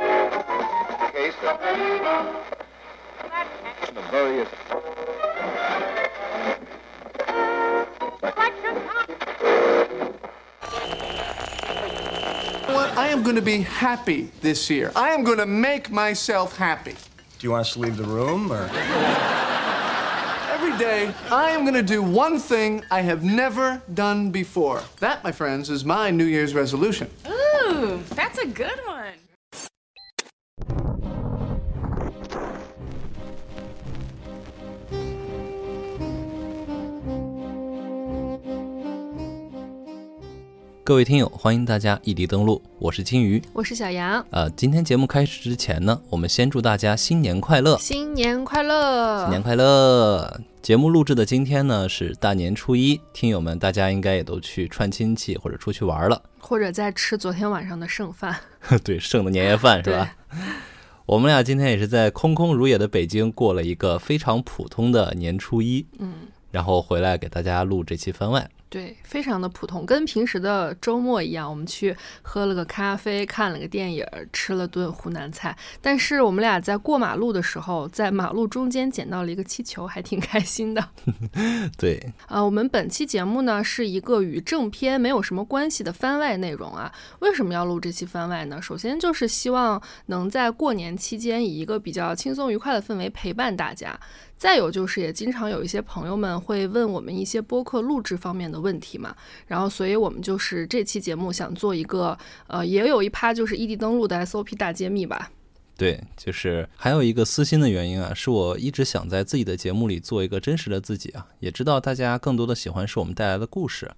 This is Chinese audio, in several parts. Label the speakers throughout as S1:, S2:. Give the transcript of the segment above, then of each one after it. S1: case of the various.
S2: Well, I am going to be happy this year. I am going to make myself happy.
S3: Do you want us to leave the room or?
S2: Every day, I am going to do one thing I have never done before. That, my friends, is my New Year's resolution.
S4: Ooh, that's a good one.
S5: 各位听友，欢迎大家异地登录，我是金鱼。
S4: 我是小杨，
S5: 呃，今天节目开始之前呢，我们先祝大家新年快乐，
S4: 新年快乐！
S5: 新年快乐！节目录制的今天呢是大年初一，听友们大家应该也都去串亲戚或者出去玩了，
S4: 或者在吃昨天晚上的剩饭，
S5: 对，剩的年夜饭是吧？我们俩今天也是在空空如也的北京过了一个非常普通的年初一，嗯，然后回来给大家录这期番外。
S4: 对，非常的普通，跟平时的周末一样，我们去喝了个咖啡，看了个电影，吃了顿湖南菜。但是我们俩在过马路的时候，在马路中间捡到了一个气球，还挺开心的。
S5: 对，
S4: 呃，我们本期节目呢是一个与正片没有什么关系的番外内容啊。为什么要录这期番外呢？首先就是希望能在过年期间以一个比较轻松愉快的氛围陪伴大家。再有就是，也经常有一些朋友们会问我们一些播客录制方面的问题嘛，然后所以我们就是这期节目想做一个，呃，也有一趴就是异地登录的 SOP 大揭秘吧。
S5: 对，就是还有一个私心的原因啊，是我一直想在自己的节目里做一个真实的自己啊，也知道大家更多的喜欢是我们带来的故事，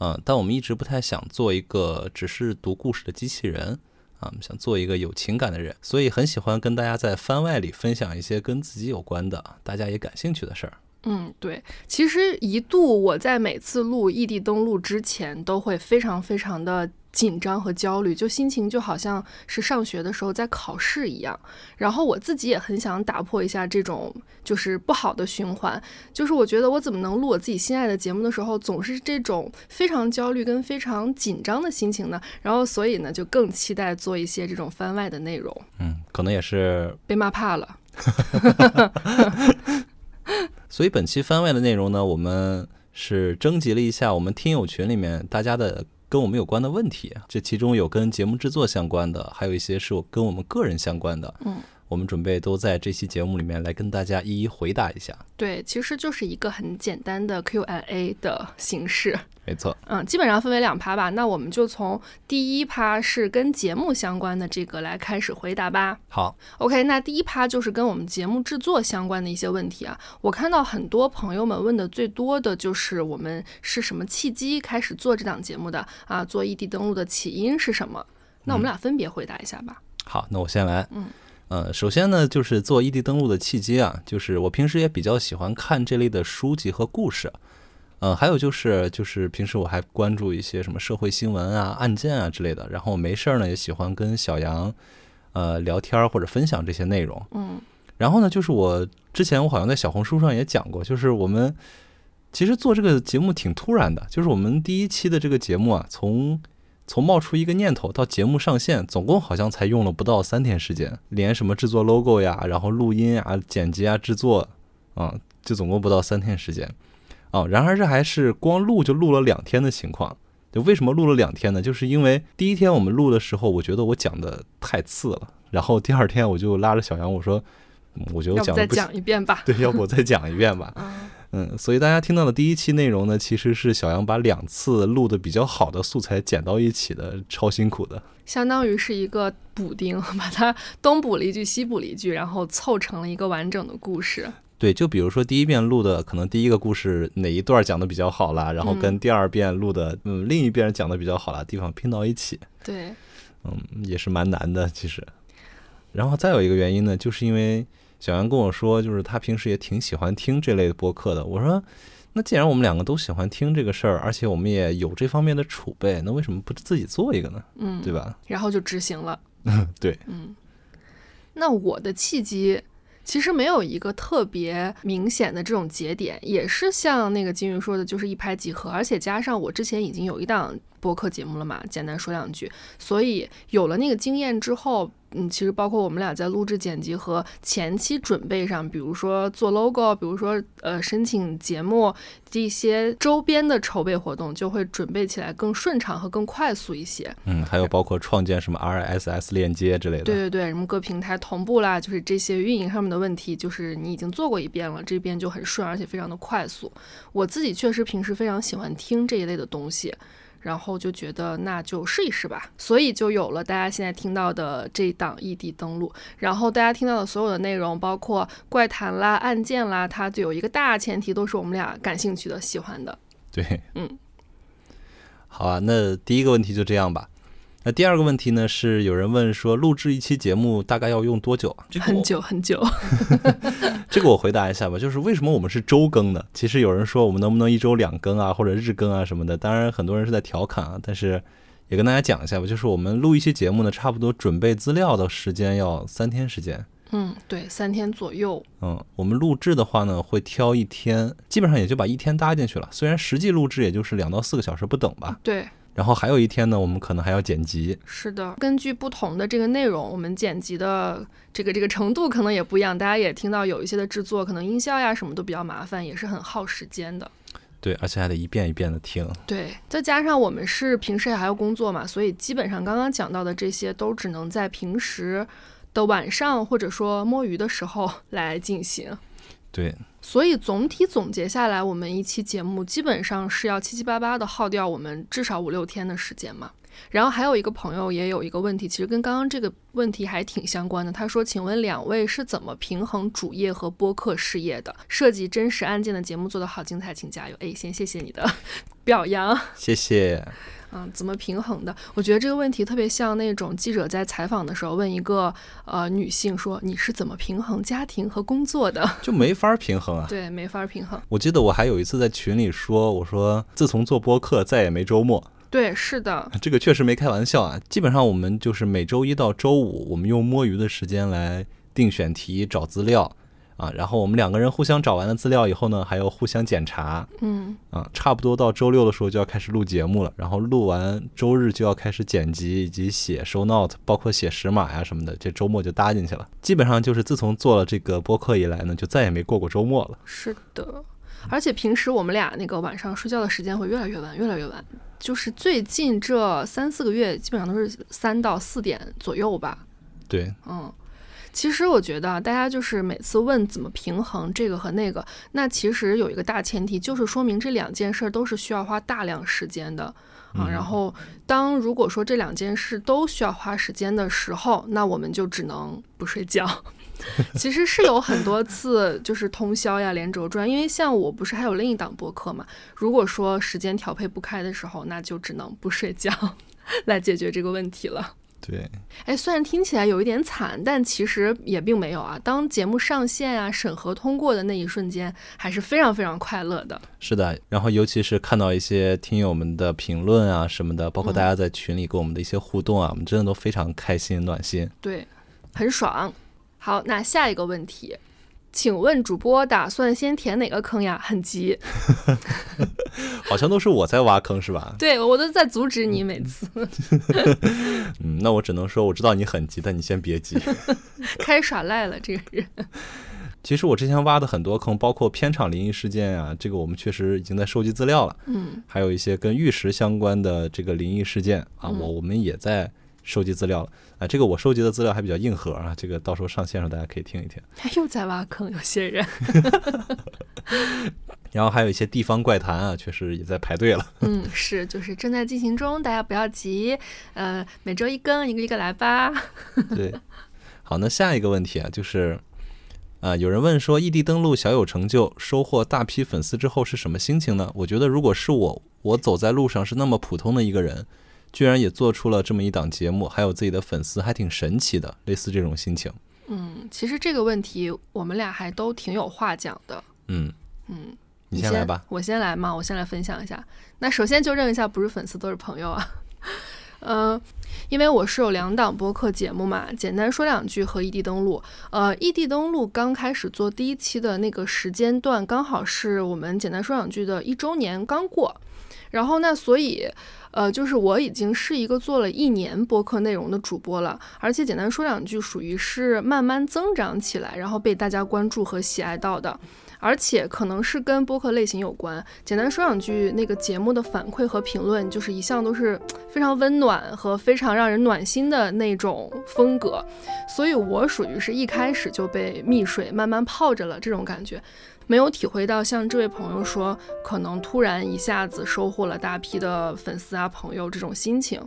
S5: 嗯，但我们一直不太想做一个只是读故事的机器人啊，想做一个有情感的人，所以很喜欢跟大家在番外里分享一些跟自己有关的，大家也感兴趣的事儿。
S4: 嗯，对，其实一度我在每次录异地登录之前，都会非常非常的紧张和焦虑，就心情就好像是上学的时候在考试一样。然后我自己也很想打破一下这种就是不好的循环，就是我觉得我怎么能录我自己心爱的节目的时候，总是这种非常焦虑跟非常紧张的心情呢？然后所以呢，就更期待做一些这种番外的内容。
S5: 嗯，可能也是
S4: 被骂怕了，
S5: 所以本期番外的内容呢，我们是征集了一下我们听友群里面大家的跟我们有关的问题，这其中有跟节目制作相关的，还有一些是我跟我们个人相关的。嗯，我们准备都在这期节目里面来跟大家一一回答一下。
S4: 对，其实就是一个很简单的 Q&A 的形式。
S5: 没错，
S4: 嗯，基本上分为两趴吧。那我们就从第一趴是跟节目相关的这个来开始回答吧。
S5: 好，
S4: OK，那第一趴就是跟我们节目制作相关的一些问题啊。我看到很多朋友们问的最多的就是我们是什么契机开始做这档节目的啊？做异地登录的起因是什么？那我
S5: 嗯
S4: 们俩分别回答一下吧。
S5: 好，那我先来。嗯，呃，首先呢，就是做异地登录的契机啊，就是我平时也比较喜欢看这类的书籍和故事。嗯，还有就是，就是平时我还关注一些什么社会新闻啊、案件啊之类的。然后没事儿呢，也喜欢跟小杨，呃，聊天儿或者分享这些内容。嗯。然后呢，就是我之前我好像在小红书上也讲过，就是我们其实做这个节目挺突然的，就是我们第一期的这个节目啊，从从冒出一个念头到节目上线，总共好像才用了不到三天时间，连什么制作 logo 呀，然后录音啊、剪辑啊、制作啊，就总共不到三天时间。哦，然而这还是光录就录了两天的情况。就为什么录了两天呢？就是因为第一天我们录的时候，我觉得我讲的太次了，然后第二天我就拉着小杨我说，嗯我觉得我
S4: 要不
S5: 讲
S4: 再
S5: 的不行
S4: 讲一遍吧？
S5: 对，要不我再讲一遍吧。嗯，所以大家听到的第一期内容呢，其实是小杨把两次录的比较好的素材剪到一起的，超辛苦的。
S4: 相当于是一个补丁， 把它东补了一句，西补了一句，然后凑成了一个完整的 故事。
S5: 对，就比如说第一遍录的，可能第一个故事哪一段讲的比较好啦，然后跟第二遍录的，嗯，另一遍讲的比较好啦，地方拼到一起，
S4: 对，
S5: 嗯，也是蛮难的其实。然后再有一个原因呢，就是因为小杨跟我说，就是他平时也挺喜欢听这类的播客的。我说，那既然我们两个都喜欢听这个事儿，而且我们也有这方面的储备，那为什么不自己做一个呢？嗯，对吧？
S4: 然后就执行了。
S5: 对，
S4: 嗯那我的契机其实没有一个特别明显的这种节点，也是像那个金鱼说的，就是一拍即合，而且加上我之前已经有一档播客节目了嘛，简单说两句。所以有了那个经验之后，嗯，其实包括我们俩在录制、剪辑和前期准备上，比如说做 logo，比如说呃申请节目这些周边的筹备活动，就会准备起来更顺畅和更快速一些。
S5: 嗯，还有包括创建什么 RSS 链接之类的。
S4: 对对对，什么各平台同步啦，就是这些运营上面的问题，就是你已经做过一遍了，这边就很顺，而且非常的快速。我自己确实平时非常喜欢听这一类的东西，然后就觉得那就试一试吧，所以就有了大家现在听到的这一档异地登录。然后大家听到的所有的内容，包括怪谈啦、案件啦，它就有一个大前提，都是我们俩感兴趣的、喜欢的。
S5: 对，
S4: 嗯，
S5: 好啊，那第一个问题就这样吧。那第二个问题呢，是有人问说，录制一期节目大概要用多久啊？
S3: 这个我
S4: 很久很久，
S5: 这个我回答一下吧，就是为什么我们是周更呢？其实有人说我们能不能一周两更啊，或者日更啊什么的，当然很多人是在调侃啊，但是也跟大家讲一下吧，就是我们录一期节目呢，差不多准备资料的时间要三天时间。
S4: 嗯，对，三天左右。
S5: 嗯，我们录制的话呢，会挑一天，基本上也就把一天搭进去了。虽然实际录制也就是两到四个小时不等吧。
S4: 对，
S5: 然后还有一天呢，我们可能还要剪辑。
S4: 是的，根据不同的这个内容，我们剪辑的这个这个程度可能也不一样。大家也听到有一些的制作，可能音效呀什么都比较麻烦，也是很耗时间的。
S5: 对，而且还得一遍一遍的听。
S4: 对，再加上我们是平时也还要工作嘛，所以基本上刚刚讲到的这些都只能在平时的晚上或者说摸鱼的时候 来进行。
S5: 对，
S4: 所以总体总结下来，我们一期节目基本上是要七七八八的耗掉我们至少五六天的时间嘛。然后还有一个朋友也有一个问题，其实跟刚刚这个问题还挺相关的。他说：“请问两位是怎么平衡主业和播客事业的？涉及真实案件的节目做得好精彩，请加油！”哎，先谢谢你的 表扬。
S5: 谢谢。
S4: 嗯，怎么平衡的？我觉得这个问题特别像那种记者在采访的时候问一个呃女性说：“你是怎么平衡家庭和工作的
S5: 就没法平衡？”啊。
S4: 对，没法平衡。
S5: 我记得我还有一次在群里说，我说自从做播客再也没周末，
S4: 对，是的，
S5: 这个确实没开玩笑啊。基本上我们就是每周一到周五，我们用摸鱼的时间来定选题、找资料啊，然后我们两个人互相找完了资料以后呢，还要互相检查
S4: 嗯，
S5: 啊，差不多到周六的时候就要开始录节目了，然后录完周日就要开始剪辑以及写 show note，包括写石码呀、什么的，这周末就搭进去了。基本上就是自从做了这个播客以来呢，就再也没过过周末了。
S4: 是的。而且平时我们俩那个晚上睡觉的时间会越来越晚，越来越晚。就是最近这三四个月，基本上都是三到四点左右吧。
S5: 对，
S4: 嗯，其实我觉得啊，大家就是每次问怎么平衡这个和那个，那其实有一个大前提，就是说明这两件事儿都是需要花大量时间的。啊，然后当如果说这两件事都需要花时间的时候，那我们就只能不睡觉。 其实是有很多次就是通宵呀、连轴转，因为像我不是还有另一档播客嘛，如果说时间调配不开的时候，那就只能不睡觉 来解决这个问题了。
S5: 对，
S4: 哎，虽然听起来有一点惨，但其实也并没有啊。当节目上线啊、审核通过的那一瞬间，还是非常非常快乐的。
S5: 是的，然后尤其是看到一些听友们的评论啊什么的，包括大家在群里跟我们的一些互动啊，我们真的都非常开心暖心。
S4: 对，很爽。好，那下一个问题，请问主播打算先填哪个坑呀？很急，
S5: 好像都是我在挖坑是吧？
S4: 对我都在阻止你每次
S5: 嗯，那我只能说我知道你很急，但你先别急。
S4: 开始耍赖了，这个 人。
S5: 其实我之前挖的很多坑，包括片场灵异事件啊，这个我们确实已经在收集资料了。
S4: 嗯，
S5: 还有一些跟玉石相关的这个灵异事件啊，我我们也在收集资料了。啊，这个我收集的资料还比较硬核啊，这个到时候上线上大家可以听一听。
S4: 又在挖坑，有些人。
S5: 然后还有一些地方怪谈啊，确实也在排队了。
S4: 嗯，是，就是正在进行中，大家不要急。呃，每周一更，一个一个来吧。
S5: 对，好，那下一个问题啊，就是，啊、有人问说，异地登录小有成就，收获大批粉丝之后是什么心情呢？我觉得如果是我，我走在路上是那么普通的一个人，居然也做出了这么一档节目，还有自己的粉丝，还挺神奇的，类似这种心情。
S4: 其实这个问题我们俩还都挺有话讲的。
S5: 嗯嗯，你先来吧。
S4: 我先来嘛，我先来分享一下。那首先纠正一下，不是粉丝都是朋友啊。嗯、因为我是有两档播客节目嘛，简单说两句和异地登录。呃，异地登录刚开始做第一期的那个时间段，刚好是我们简单说两句的一周年刚过。然后那所以，呃，就是我已经是一个做了一年播客内容的主播了，而且简单说两句，属于是慢慢增长起来，然后被大家关注和喜爱到的。而且可能是跟播客类型有关。简单说两句，那个节目的反馈和评论，就是一向都是非常温暖和非常让人暖心的那种风格，所以我属于是一开始就被蜜水慢慢泡着了这种感觉。没有体会到像这位朋友说，可能突然一下子收获了大批的粉丝啊、朋友这种心情。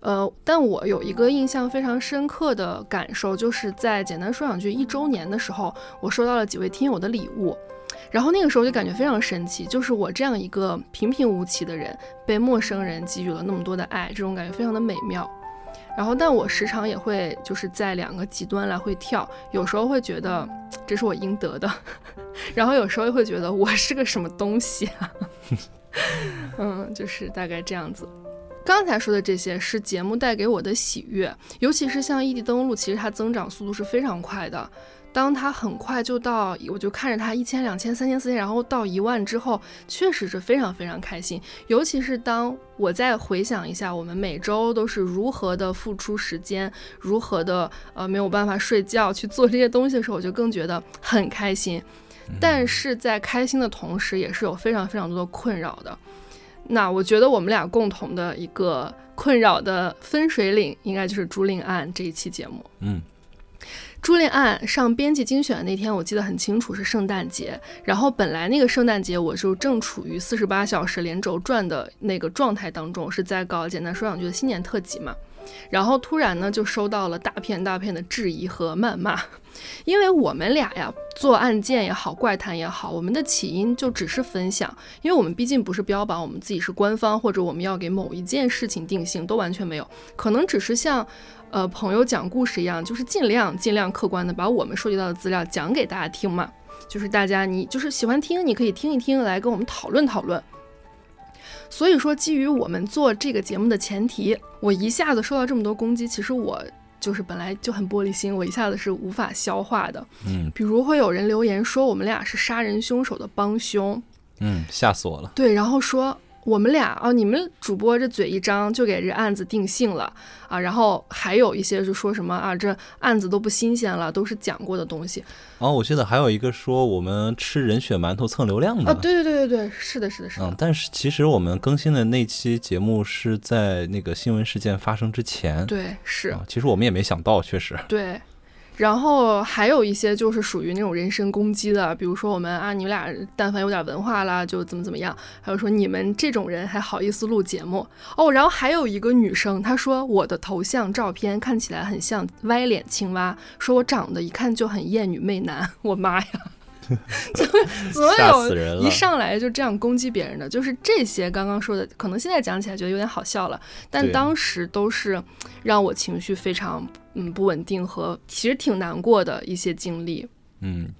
S4: 呃，但我有一个印象非常深刻的感受，就是在简单说两句一周年的时候，我收到了几位听友的礼物，然后那个时候就感觉非常神奇，就是我这样一个平平无奇的人，被陌生人给予了那么多的爱，这种感觉非常的美妙。然后，但我时常也会就是在两个极端来回跳，有时候会觉得这是我应得的， 然后有时候又会觉得我是个什么东西啊， 嗯，就是大概这样子。刚才说的这些是节目带给我的喜悦，尤其是像异地登录，其实它增长速度是非常快的。当它很快就到，我就看着它一千、两千、三千、四千，然后到一万之后，确实是非常非常开心。尤其是当我再回想一下，我们每周都是如何的付出时间，如何的呃没有办法睡觉去做这些东西的时候，我就更觉得很开心。但是在开心的同时，也是有非常非常多的困扰的。那我觉得我们俩共同的一个困扰的分水岭，应该就是朱令案这一期节目。
S5: 嗯，
S4: 朱令案上编辑精选的那天，我记得很清楚是圣诞节。然后本来那个圣诞节，我就正处于四十八小时连轴转的那个状态当中，是在搞简单说两句的新年特辑嘛。然后突然呢，就收到了大片大片的质疑和谩骂，因为我们俩呀，做案件也好，怪谈也好，我们的起因就只是分享，因为我们毕竟不是标榜我们自己是官方，或者我们要给某一件事情定性，都完全没有，可能只是像，呃，朋友讲故事一样，就是尽量尽量客观的把我们收集到的资料讲给大家听嘛，就是大家你就是喜欢听，你可以听一听，来跟我们讨论讨论。所以说，基于我们做这个节目的前提，我一下子受到这么多攻击，其实我就是本来就很玻璃心，我一下子是无法消化的。
S5: 嗯
S4: 比如会有人留言说我们俩是杀人凶手的帮凶，
S5: 嗯，吓死我了。
S4: 对，然后说我们俩哦，你们主播这嘴一张就给这案子定性了啊，然后还有一些就说什么啊，这案子都不新鲜了，都是讲过的东西
S5: 哦，我记得还有一个说我们吃人血馒头蹭流量的。
S4: 啊，对对对对对，是的，是的，是的，
S5: 嗯，但是其实我们更新的那期节目是在那个新闻事件发生之前。
S4: 对是。
S5: 啊，其实我们也没想到，确实。
S4: 对，然后还有一些就是属于那种人身攻击的，比如说我们啊，你们俩但凡有点文化啦，就怎么怎么样，还有说你们这种人还好意思录节目哦。然后还有一个女生，她说我的头像照片看起来很像歪脸青蛙，说我长得一看就很艳女媚男， 我 妈呀！怎么
S5: 吓
S4: 有
S5: 死人
S4: 一
S5: 了
S4: 上来就这样攻击别人的？就是这些刚刚说的，可能现在讲起来觉得有点好笑了，但
S5: 对
S4: 当时都是让我情绪非常嗯不稳定和其实挺难过的一些经历。
S5: 嗯，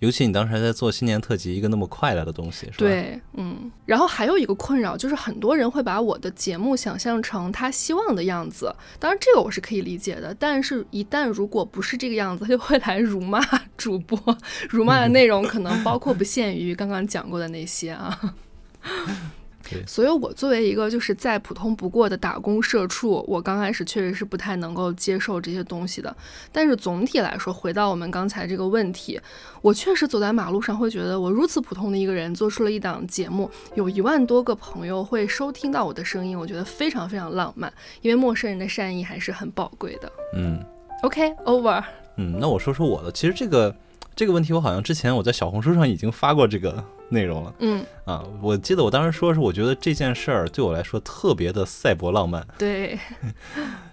S5: 尤其你当时还在做新年特辑，一个那么快乐的东西，是吧？，
S4: 对，嗯，然后还有一个困扰就是，很多人会把我的节目想象成他希望的样子，当然这个我是可以理解的，但是一旦如果不是这个样子，他就会来辱骂主播， 辱骂的内容可能包括不限于刚刚讲过的那些啊
S5: 对。
S4: 所以，我作为一个就是再普通不过的打工社畜，我刚开始确实是不太能够接受这些东西的。但是总体来说，回到我们刚才这个问题，我确实走在马路上会觉得，我如此普通的一个人做出了一档节目，有一万多个朋友会收听到我的声音，我觉得非常非常浪漫，因为陌生人的善意还是很宝贵的。
S5: 嗯
S4: OK，over，、
S5: 嗯，那我说说我的，其实这个这个问题，我好像之前我在小红书上已经发过这个内容了
S4: 嗯，
S5: 啊。我记得我当时说是，我觉得这件事儿对我来说特别的赛博浪漫。
S4: 对，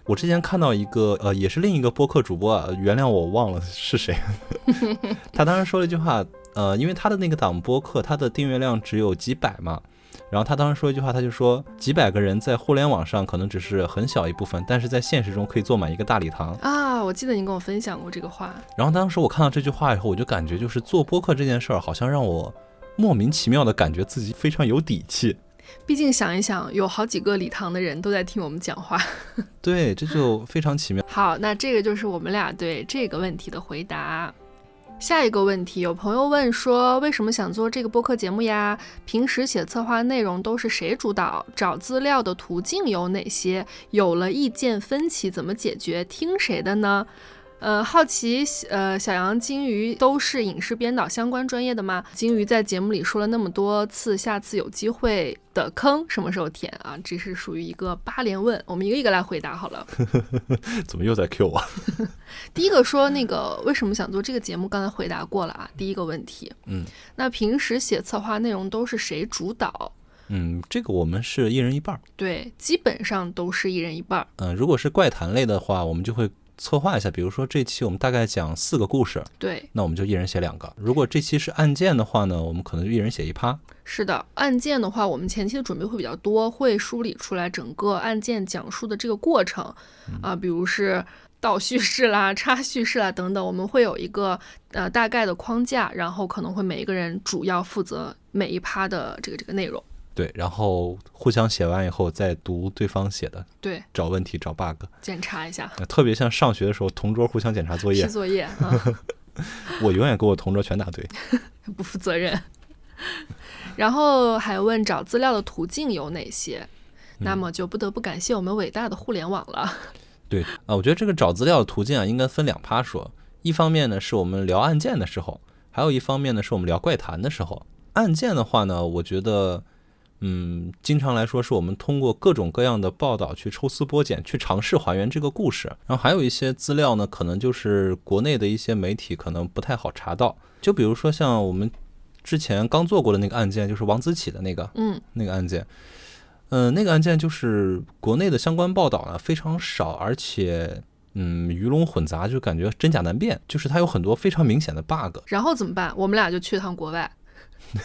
S5: 我之前看到一个呃，也是另一个播客主播啊，原谅我忘了是谁，他当时说了一句话，呃，因为他的那个档播客，他的订阅量只有几百嘛，然后他当时说一句话，他就说几百个人在互联网上可能只是很小一部分，但是在现实中可以坐满一个大礼堂。
S4: 啊，我记得你跟我分享过这个话，
S5: 然后当时我看到这句话以后，我就感觉就是做播客这件事儿，好像让我莫名其妙的感觉自己非常有底气。
S4: 毕竟想一想，有好几个礼堂的人都在听我们讲话。
S5: 对，这就非常奇妙。
S4: 好，那这个就是我们俩对这个问题的回答。下一个问题，有朋友问说，为什么想做这个播客节目呀？平时写策划内容都是谁主导？找资料的途径有哪些？有了意见分歧怎么解决？听谁的呢？呃，好奇，呃，小杨、金鱼都是影视编导相关专业的吗？金鱼在节目里说了那么多次，下次有机会的坑什么时候填啊？这是属于一个八连问，我们一个一个来回答好了。
S5: 怎么又在 Q 我？
S4: 第一个说那个为什么想做这个节目，刚才回答过了啊。第一个问题，
S5: 嗯，
S4: 那平时写策划内容都是谁主导？
S5: 嗯，这个我们是一人一半儿。
S4: 对，基本上都是一人一半儿。
S5: 嗯、如果是怪谈类的话，我们就会策划一下，比如说这期我们大概讲四个故事，
S4: 对，
S5: 那我们就一人写两个。如果这期是案件的话呢，我们可能就一人写一趴。
S4: 是的。案件的话，我们前期的准备会比较多，会梳理出来整个案件讲述的这个过程啊、比如是倒叙事啦、 插叙事啦等等，我们会有一个呃大概的框架，然后可能会每一个人主要负责每一趴的这个这个内容。
S5: 对，然后互相写完以后再读对方写的，
S4: 对，
S5: 找问题找 bug，
S4: 检查一下
S5: 呃特别像上学的时候同桌互相检查作
S4: 批
S5: 业，
S4: 作业啊。
S5: 我永远跟我同桌全答对。
S4: 不负责任。 然后还问找资料的途径有哪些？那么就不得不感谢我们伟大的互联网了。
S5: 对啊、我觉得这个找资料的途径啊，应该分两趴说。一方面呢，是我们聊案件的时候；还有一方面呢，是我们聊怪谈的时候。案件的话呢，我觉得，嗯，经常来说是我们通过各种各样的报道去抽丝剥茧，去尝试还原这个故事。然后还有一些资料呢，可能就是国内的一些媒体可能不太好查到，就比如说像我们之前刚做过的那个案件，就是王子启的那个，
S4: 嗯，
S5: 那个案件。嗯，那个案件就是国内的相关报道呢非常少，而且嗯鱼龙混杂，就感觉真假难辨。就是它有很多非常明显的 bug。
S4: 然后怎么办？我们俩就去趟国外，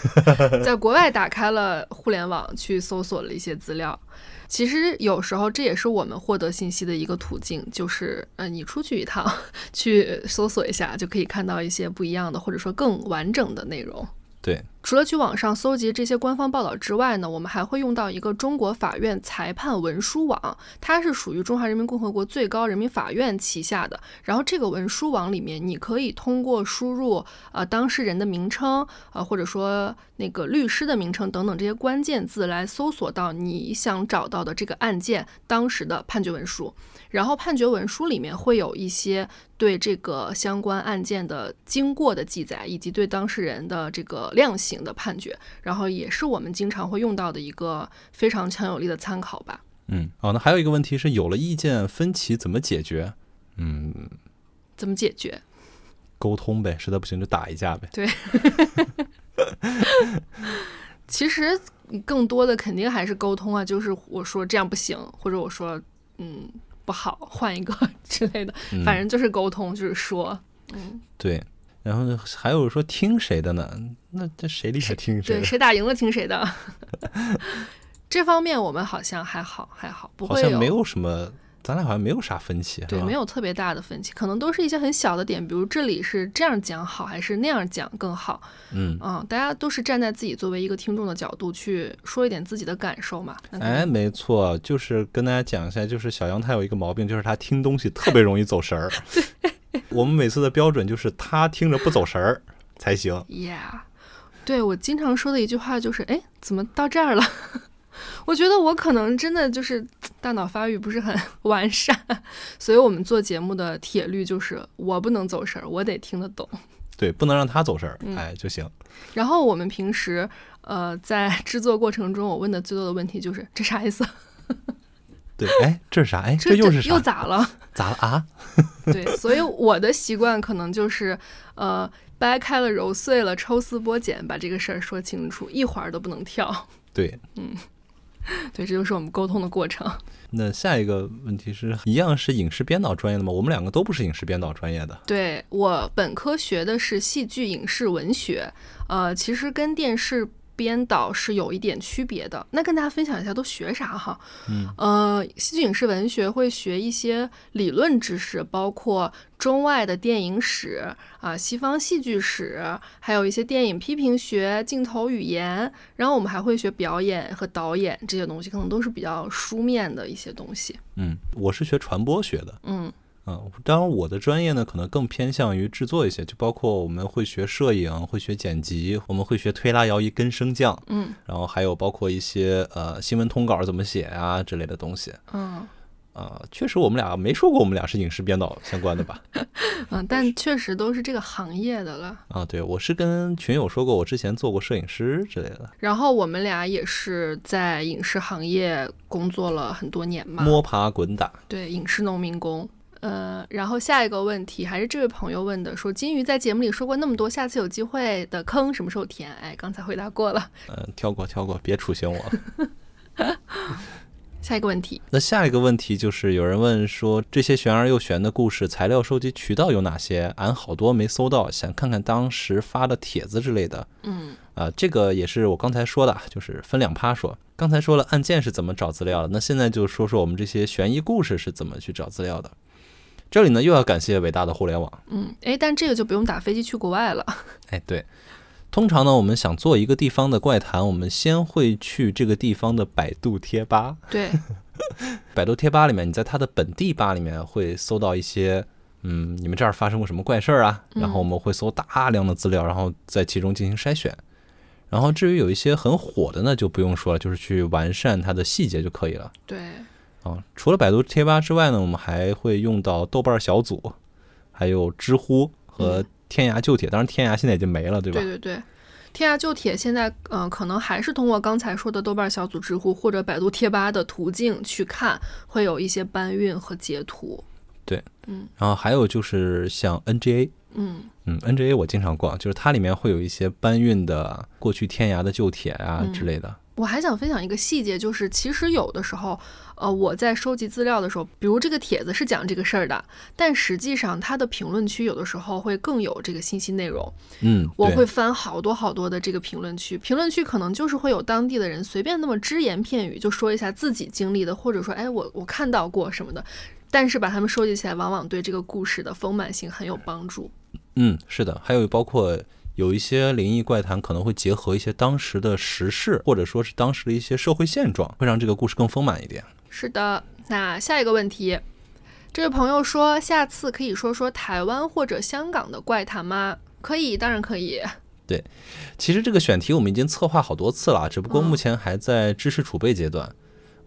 S4: 在国外打开了互联网，去搜索了一些资料。其实有时候这也是我们获得信息的一个途径，就是呃，你出去一趟， 去搜索一下，就可以看到一些不一样的，或者说更完整的内容。
S5: 对，
S4: 除了去网上搜集这些官方报道之外呢，我们还会用到一个中国法院裁判文书网，它是属于中华人民共和国最高人民法院旗下的。然后这个文书网里面，你可以通过输入呃当事人的名称，呃或者说那个律师的名称等等这些关键字来搜索到你想找到的这个案件当时的判决文书。然后判决文书里面会有一些对这个相关案件的经过的记载，以及对当事人的这个量刑的判决，然后也是我们经常会用到的一个非常强有力的参考吧。
S5: 嗯，哦，那还有一个问题是，有了意见分歧怎么解决？嗯，
S4: 怎么解决？
S5: 沟通呗，实在不行就打一架呗。
S4: 其实更多的肯定还是沟通啊，就是我说这样不行，或者我说嗯不好，换一个 之类的，
S5: 嗯
S4: 反正就是沟通，就是说，
S5: 对，然后呢，还有说听谁的呢？那这谁厉害听谁
S4: 对，
S5: 的？
S4: 谁打赢了听谁的。 这方面我们好像还好，还好，不
S5: 好
S4: 会
S5: 像没有什么，咱俩好像没有啥分歧。是
S4: 对，
S5: 吧
S4: 没有特别大的分歧，可能都是一些很小的点，比如这里是这样讲好还是那样讲更好，
S5: 嗯，
S4: 嗯，大家都是站在自己作为一个听众的角度去说一点自己的感受嘛。那可能
S5: 哎，没错，就是跟大家讲一下，就是小杨他有一个毛病，就是他听东西特别容易走 神儿。我们每次的标准就是他听着不走神儿才行。
S4: ，Yeah，对我经常说的一句话就是，哎，怎么到这儿了？ 我觉得我可能真的就是大脑发育不是很 完善，所以我们做节目的铁律就是我不能走神儿，我得听得懂。
S5: 对，不能让他走神儿，
S4: 嗯
S5: 哎就行。
S4: 然后我们平时呃在制作过程中，我问的最多的问题就是这啥意思？
S5: 对，哎，这是啥？哎，
S4: 这
S5: 又是啥？
S4: 又咋 了？
S5: 咋了啊？
S4: 对，所以我的习惯可能就是，呃，掰开了揉碎了，抽丝剥茧，把这个事儿说清楚，一会儿都不能跳。
S5: 对，
S4: 对，这就是我们沟通的过程。
S5: 那下一个问题是一样是影视编导专业的吗？我们两个都不是影视编导专业的。
S4: 对我本科学的是戏剧影视文学，呃，其实跟电视编导是有一点区别的。那跟大家分享一下都学啥哈？嗯，呃，戏剧影视文学会学一些理论知识，包括中外的电影史啊、西方戏剧史，还有一些电影批评学、镜头语言。然后我们还会学表演和导演这些东西，可能都是比较书面的一些东西。
S5: 嗯，我是学传播学的。
S4: 嗯，
S5: 啊、当然我的专业呢可能更偏向于制作一些，就包括我们会学摄影，会学剪辑，我们会学推拉摇移跟升降，嗯，然后还有包括一些呃新闻通稿怎么写啊之类的东西，
S4: 嗯
S5: 啊、确实我们俩没说过我们俩是影视编导相关的吧？
S4: 嗯，但确实都是这个行业的了。
S5: 啊，对，我是跟群友说过，我之前做过摄影师之类的，
S4: 然后我们俩也是在影视行业工作了很多年嘛，
S5: 摸爬滚打，
S4: 对，影视农民工。呃，然后下一个问题还是这位朋友问的，说金鱼在节目里说过那么多，下次有机会的坑什么时候填？哎，刚才回答过了。
S5: 嗯、跳过跳过，别处刑我了。
S4: 下一个问题，
S5: 那下一个问题就是，有人问说，这些玄而又玄的故事材料收集渠道有哪些？俺好多没搜到，想看看当时发的帖子之类的。
S4: 嗯，
S5: 啊、这个也是我刚才说的，啊就是分两趴说。刚才说了案件是怎么找资料的，那现在就说说我们这些悬疑故事是怎么去找资料的。这里呢，又要感谢伟大的互联网。
S4: 嗯，哎，但这个就不用打飞机去国外了。
S5: 哎，对，通常呢，我们想做一个地方的怪谈，我们先会去这个地方的百度贴吧。
S4: 对，
S5: 百度贴吧里面，你在它的本地吧里面会搜到一些，嗯，你们这儿发生过什么怪事儿啊？然后我们会搜大量的资料，然后在其中进行筛选。然后至于有一些很火的呢，就不用说了，就是去完善它的细节就可以了
S4: 对，
S5: 啊。除了百度贴吧之外呢，我们还会用到豆瓣小组，还有知乎和天涯旧帖。当然，天涯现在已经没 了，对吧？
S4: 对对对，天涯旧帖现在嗯、呃可能还是通过刚才说的豆瓣小组、知乎或者百度贴吧的途径去看，会有一些搬运和截图。
S5: 然后还有就是像 NGA，
S4: 嗯
S5: 嗯，NGA 我经常逛，就是它里面会有一些搬运的过去天涯的旧帖
S4: 嗯
S5: 啊之类的。
S4: 我还想分享一个细节，就是其实有的时候，呃，我在收集资料的时候，比如这个帖子是讲这个事儿的，但实际上它的评论区有的时候会更有这个信息内容。
S5: 嗯，
S4: 我
S5: 对
S4: 会翻好多好多的这个评论区，评论区可能就是会有当地的人随便那么只言片语就说一下自己经历的，或者说哎我我看到过什么的，但是把他们收集起来，往往对这个故事的丰满性很有帮助。
S5: 嗯，是的，还有包括有一些灵异怪谈可能会结合一些当时的时事，或者说是当时的一些社会现状，会让这个故事更丰满一点。
S4: 是的，那下一个问题，这位朋友说下次可以说说台湾或者香港的怪谈吗？可以，当然可以。
S5: 其实这个选题我们已经策划好多次了，啊只不
S4: 嗯
S5: 过目前还在知识储备阶段。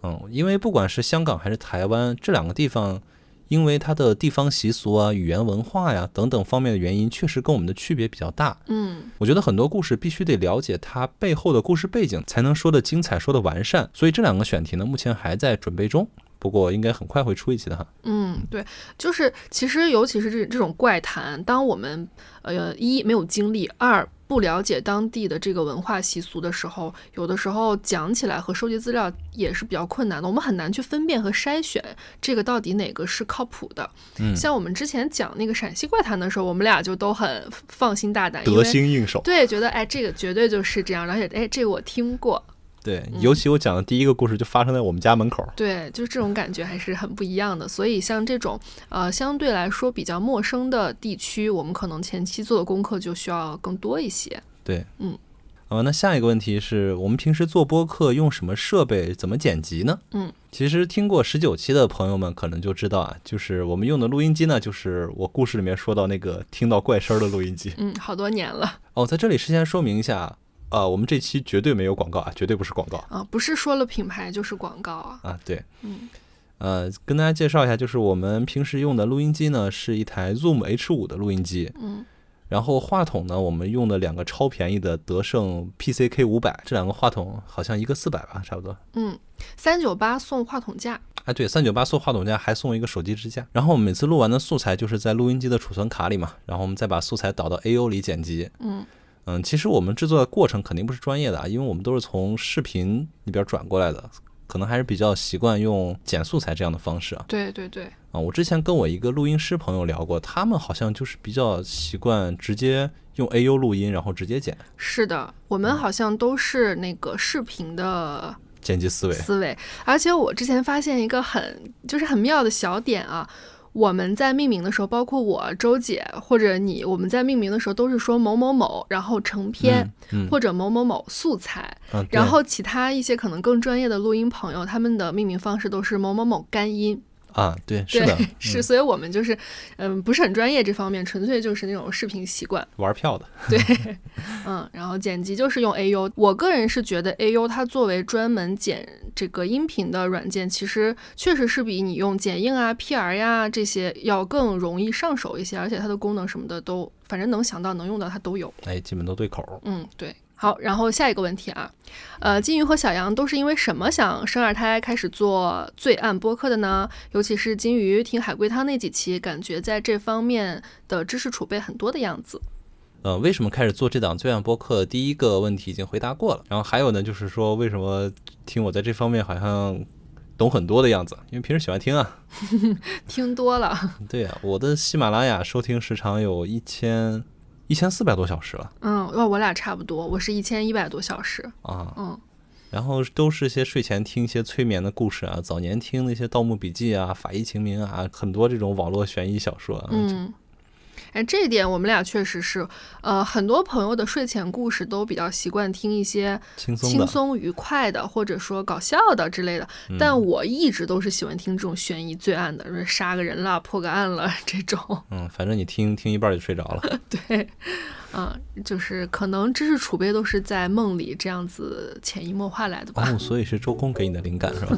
S5: 嗯，因为不管是香港还是台湾这两个地方，因为它的地方习俗啊、语言文化呀等等方面的原因，确实跟我们的区别比较大。
S4: 嗯，
S5: 我觉得很多故事必须得了解它背后的故事背景，才能说的精彩、说的完善。所以这两个选题呢，目前还在准备中，不过应该很快会出一期的哈。
S4: 嗯，对，就是其实尤其是这这种怪谈，当我们呃一没有经历，二不了解当地的这个文化习俗的时候，有的时候讲起来和收集资料也是比较困难的，我们很难去分辨和筛选这个到底哪个是靠谱的。
S5: 嗯
S4: 像我们之前讲那个陕西怪谈的时候，我们俩就都很放心大胆，因
S5: 得
S4: 为
S5: 心应手，
S4: 对，觉得哎这个绝对就是这样，而且哎这个我听过，
S5: 对，
S4: 嗯
S5: 尤其我讲的第一个故事就发生在我们家门口。
S4: 对，就是这种感觉还是很不一样的。所以像这种呃相对来说比较陌生的地区，我们可能前期做的功课就需要更多一些。
S5: 对，
S4: 嗯。
S5: 啊、那下一个问题是我们平时做播客用什么设备，怎么剪辑呢？
S4: 嗯，
S5: 其实听过十九期的朋友们可能就知道啊，就是我们用的录音机呢，就是我故事里面说到那个听到怪声儿的录音机。
S4: 嗯，好多年了
S5: 哦，在这里事先说明一下啊，呃，我们这期绝对没有广告啊，绝对不是广告
S4: 啊、不是说了品牌就是广告啊。
S5: 啊，对，
S4: 嗯，
S5: 呃，跟大家介绍一下，就是我们平时用的录音机呢，是一台 Zoom H 5的录音机，
S4: 嗯，
S5: 然后话筒呢，我们用的两个超便宜的德胜 PCK 5 0 0这两个话筒好像一个四百吧，差不多。
S4: 嗯，三九八送话筒架。
S5: 哎，对，三九八送话筒架还送一个手机支架。然后我们每次录完的素材就是在录音机的储存卡里嘛，然后我们再把素材导到 AU 里剪辑。
S4: 嗯
S5: 嗯，其实我们制作的过程肯定不是专业的啊，因为我们都是从视频那边转过来的，可能还是比较习惯用剪素材这样的方式啊。
S4: 对对对，
S5: 啊，我之前跟我一个录音师朋友聊过，他们好像就是比较习惯直接用 AU 录音，然后直接剪，
S4: 是的，我们好像都是那个视频的
S5: 剪辑思维。
S4: 思维。而且我之前发现一个很就是很妙的小点啊，我们在命名的时候，包括我周姐或者你，我们在命名的时候都是说某某某，然后成片、
S5: 嗯
S4: 或者某某某素材，
S5: 嗯，对
S4: 然后其他一些可能更专业的录音朋友，他们的命名方式都是某某某干音。
S5: 啊，对，是
S4: 对
S5: 的，，
S4: 是，所以我们就是，嗯，不是很专业这方面，纯粹就是那种视频习惯，
S5: 玩票的，
S4: 对，嗯，然后剪辑就是用 AU，我个人是觉得 AU 它作为专门剪这个音频的软件，其实确实是比你用剪映啊、PR 呀、这些要更容易上手一些，而且它的功能什么的都，反正能想到能用到它都有。
S5: 哎，基本都对口儿。
S4: 嗯，对。好，然后下一个问题啊，呃，金鱼和小杨都是因为什么想生二胎开始做罪案播客的呢？尤其是金鱼听海龟汤那几期，感觉在这方面的知识储备很多的样子。
S5: 呃，为什么开始做这档罪案播客？第一个问题已经回答过了，然后还有呢，就是说为什么听我在这方面好像懂很多的样子？因为平时喜欢听啊。
S4: 听多了，
S5: 对啊，我的喜马拉雅收听时长有一千一千四百多小时了
S4: 嗯，哇，我俩差不多，我是一千一百多小时，
S5: 啊，
S4: 嗯，
S5: 然后都是些睡前听一些催眠的故事啊，早年听那些《盗墓笔记》啊、《法医秦明》啊，很多这种网络悬疑小说啊。
S4: 嗯，哎，这一点我们俩确实是，呃，很多朋友的睡前故事都比较习惯听一些
S5: 轻松的嗯
S4: 轻松愉快的，或者说搞笑的之类的。但我一直都是喜欢听这种悬疑罪案的，就是杀个人啦、破个案了 这种。
S5: 嗯，反正你听听一半儿就睡着 了。
S4: 对，啊、就是可能知识储备都是在梦里这样子潜移默化来的吧。
S5: 哦，所以是周公给你的灵感是吧？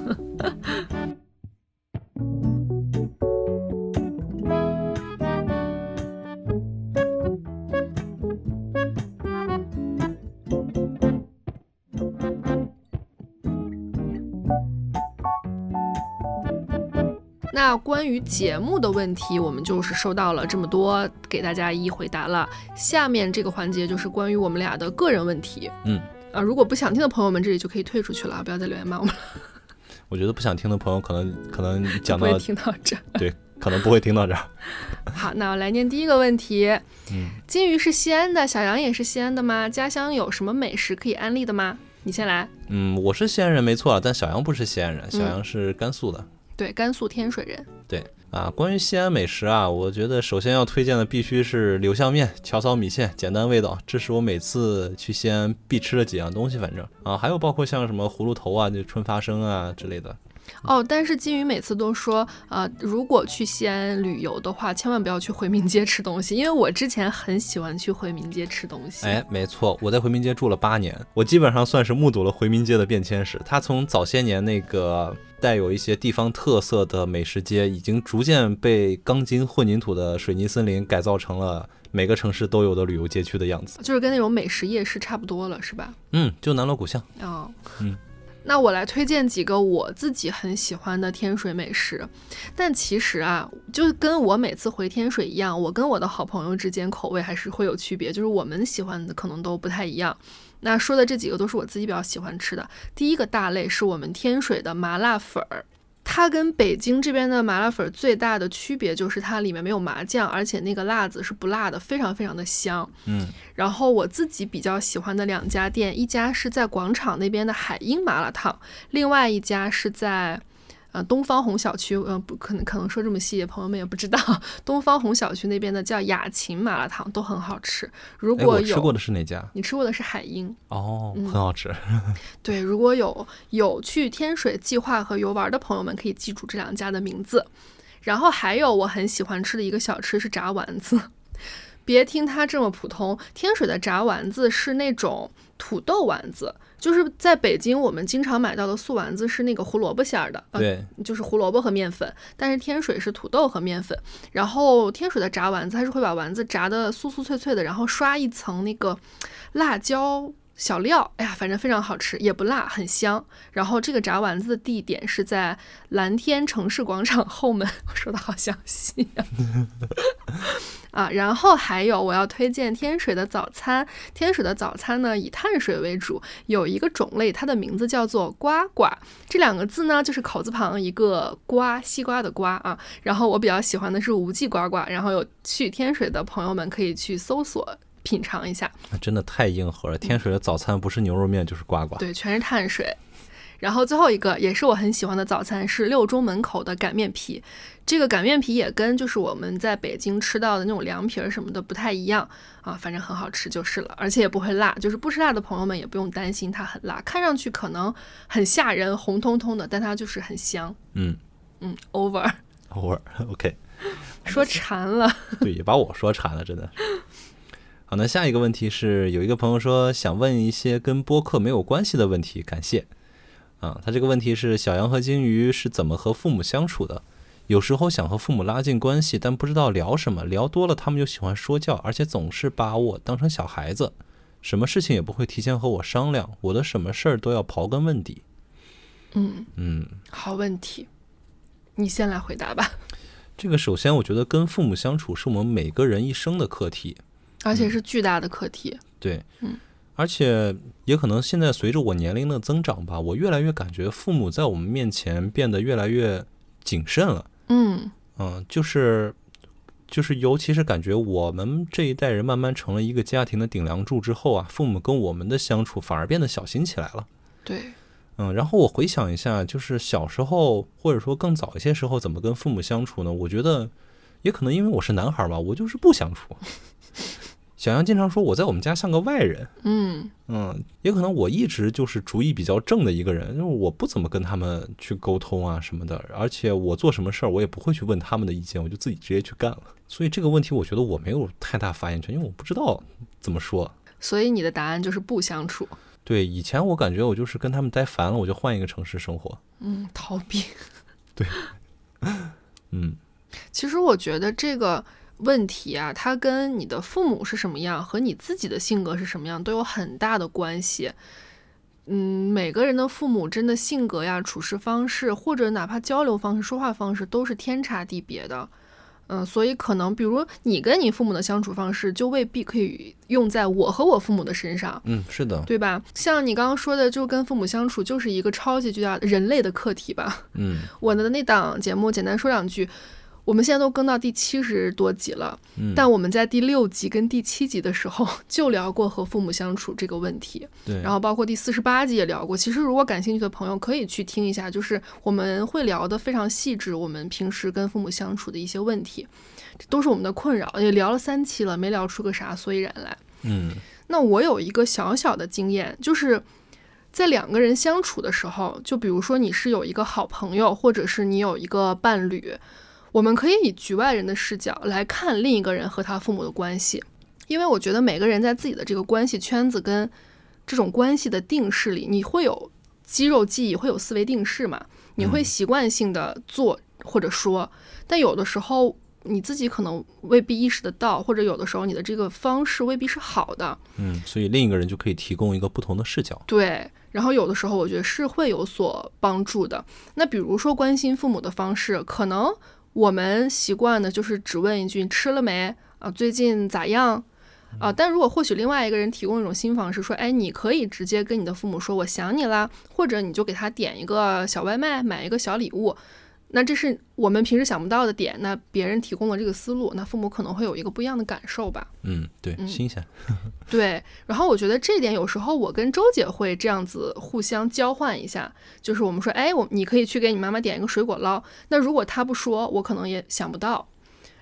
S4: 那关于节目的问题，我们就是收到了这么多，给大家一一回答了。下面这个环节就是关于我们俩的个人问题
S5: 嗯，
S4: 啊，如果不想听的朋友们，这里就可以退出去了，不要再留言骂我们了，
S5: 我觉得不想听的朋友可能可能讲
S4: 不
S5: 到
S4: 会听到这儿。
S5: 对，可能不会听到这儿。
S4: 好，那我来念第一个问题。金鱼是西安的，小杨也是西安的吗？家乡有什么美食可以安利的吗？你先来。
S5: 嗯，我是西安人没错啊，但小杨不是西安人，小杨是甘肃的。
S4: 对，甘肃天水人。
S5: 对啊，关于西安美食啊，我觉得首先要推荐的必须是柳巷面、桥草米线，简单味道，这是我每次去西安必吃的几样东西。反正啊，还有包括像什么葫芦头啊、就春发生啊之类的。
S4: 哦，但是金鱼每次都说，呃，如果去西安旅游的话，千万不要去回民街吃东西，因为我之前很喜欢去回民街吃东西。
S5: 哎，没错，我在回民街住了八年，我基本上算是目睹了回民街的变迁史。它从早些年那个带有一些地方特色的美食街，已经逐渐被钢筋混凝土的水泥森林改造成了每个城市都有的旅游街区的样子。
S4: 就是跟那种美食夜市差不多了，是吧？
S5: 嗯，就南锣鼓巷。
S4: 哦，
S5: 嗯。
S4: 那我来推荐几个我自己很喜欢的天水美食，但其实啊，就跟我每次回天水一样，我跟我的好朋友之间口味还是会有区别，就是我们喜欢的可能都不太一样。那说的这几个都是我自己比较喜欢吃的。第一个大类是我们天水的麻辣粉儿，它跟北京这边的麻辣粉儿最大的区别就是它里面没有麻酱，而且那个辣子是不辣的，非常非常的香。
S5: 嗯
S4: 然后我自己比较喜欢的两家店，一家是在广场那边的海鹰麻辣烫，另外一家是在。呃，东方红小区，呃，不可能，可能说这么细，朋友们也不知道。 东方红小区那边的叫雅琴麻辣烫，都很好吃。如
S5: 哎，
S4: 果
S5: 我
S4: 有
S5: 吃过的是哪家？
S4: 你吃过的是海鹰，
S5: 哦，很好吃。
S4: 对，如果有有去天水计划和游玩的朋友们，可以记住这两家的名字。然后还有我很喜欢吃的一个小吃是炸丸子， 别听它这么普通，天水的炸丸子是那种土豆丸子，就是在北京我们经常买到的素丸子是那个胡萝卜馅儿的，呃
S5: 对，
S4: 就是胡萝卜和面粉，但是天水是土豆和面粉。然后天水的炸丸子，它是会把丸子炸的酥酥脆脆的，然后刷一层那个辣椒小料，哎呀，反正非常好吃，也不辣，很香。然后这个炸丸子的地点是在蓝天城市广场后门， 我说的好详细呀、啊。然后还有我要推荐天水的早餐，天水的早餐呢以碳水为主，有一个种类，它的名字叫做瓜瓜。这两个字呢，就是口字旁一个瓜，西瓜的瓜啊。然后我比较喜欢的是无忌瓜瓜，然后有去天水的朋友们可以去搜索品尝一下，
S5: 真的太硬核了。天水的早餐不是牛肉面就是呱呱。
S4: 对，全是碳水。然后最后一个也是我很喜欢的早餐是六中门口的擀面皮，这个擀面皮也跟就是我们在北京吃到的那种凉皮儿什么的不太一样啊，反正很好吃就是了，而且也不会辣，就是不吃辣的朋友们也不用担心它很辣，看上去可能很吓人，红彤彤的，但它就是很香。
S5: 嗯
S4: 嗯，over。
S5: 偶尔 OK。
S4: 说馋了，
S5: 对，也把我说馋了，真的。好，那下一个问题是，有一个朋友说想问一些跟播客没有关系的问题，感谢。啊，他这个问题是小羊和金鱼是怎么和父母相处的？有时候想和父母拉近关系，但不知道聊什么，聊多了他们就喜欢说教，而且总是把我当成小孩子，什么事情也不会提前和我商量，我的什么事儿都要刨根问底。嗯嗯，
S4: 好问题，你先来回答吧，
S5: 这个首先我觉得跟父母相处是我们每个人一生的课题。
S4: 而且是巨大的课题。
S5: 对，而且也可能现在随着我年龄的增长吧，我越来越感觉父母在我们面前变得越来越谨慎了。
S4: 嗯
S5: 嗯，就是就是，尤其是感觉我们这一代人慢慢成了一个家庭的顶梁柱之后啊，父母跟我们的相处反而变得小心起来了。
S4: 对，
S5: 嗯，然后我回想一下，就是小时候或者说更早一些时候怎么跟父母相处呢？我觉得也可能因为我是男孩儿吧，我就是不相处。 小杨经常说我在我们家像个外人，
S4: 嗯
S5: 嗯，也可能我一直就是主意比较正的一个人，就是我不怎么跟他们去沟通啊什么的，而且我做什么事儿我也不会去问他们的意见，我就自己直接去干了。所以这个问题我觉得我没有太大发言权，因为我不知道怎么说。
S4: 所以你的答案就是不相处，
S5: 对，以前我感觉我就是跟他们待烦了，我就换一个城市生活。
S4: 嗯，逃避。
S5: 嗯，
S4: 其实我觉得这个问题啊，它跟你的父母是什么样和你自己的性格是什么样都有很大的关系。嗯，每个人的父母真的性格呀、处事方式，或者哪怕交流方式、说话方式，都是天差地别的。嗯，所以可能比如你跟你父母的相处方式，就未必可以用在我和我父母的身上。
S5: 嗯，是的，
S4: 对吧？像你刚刚说的，就跟父母相处就是一个超级巨大的人类的课题吧。
S5: 嗯
S4: 我的那档节目，简单说两句。我们现在都更到第七十多集了，
S5: 嗯，
S4: 但我们在第六集跟第七集的时候就聊过和父母相处这个问题，
S5: 对，
S4: 然后包括第四十八集也聊过。其实如果感兴趣的朋友可以去听一下，就是我们会聊得非常细致，我们平时跟父母相处的一些问题，这都是我们的困扰。也聊了三期了，没聊出个啥所以然来。
S5: 嗯
S4: 那我有一个小小的经验，就是在两个人相处的时候，就比如说你是有一个好朋友，或者是你有一个伴侣，我们可以以局外人的视角来看另一个人和他父母的关系，因为我觉得每个人在自己的这个关系圈子跟这种关系的定式里，你会有肌肉记忆，会有思维定式嘛，你会习惯性的做或者说，但有的时候。你自己可能未必意识得到，或者有的时候你的这个方式未必是好的，
S5: 嗯，所以另一个人就可以提供一个不同的视角。
S4: 对，然后有的时候我觉得是会有所帮助的。那比如说关心父母的方式，可能我们习惯的就是只问一句“吃了没”啊，最近咋样啊？但如果或许另外一个人提供一种新方式，说：“哎，你可以直接跟你的父母说我想你啦，或者你就给他点一个小外卖，买一个小礼物。”那这是我们平时想不到的点，那别人提供了这个思路，那父母可能会有一个不一样的感受吧。
S5: 嗯，对，
S4: 嗯
S5: 新鲜。
S4: 对，然后我觉得这点有时候我跟周姐会这样子互相交换一下，就是我们说，哎，我你可以去给你妈妈点一个水果捞，那如果她不说，我可能也想不到。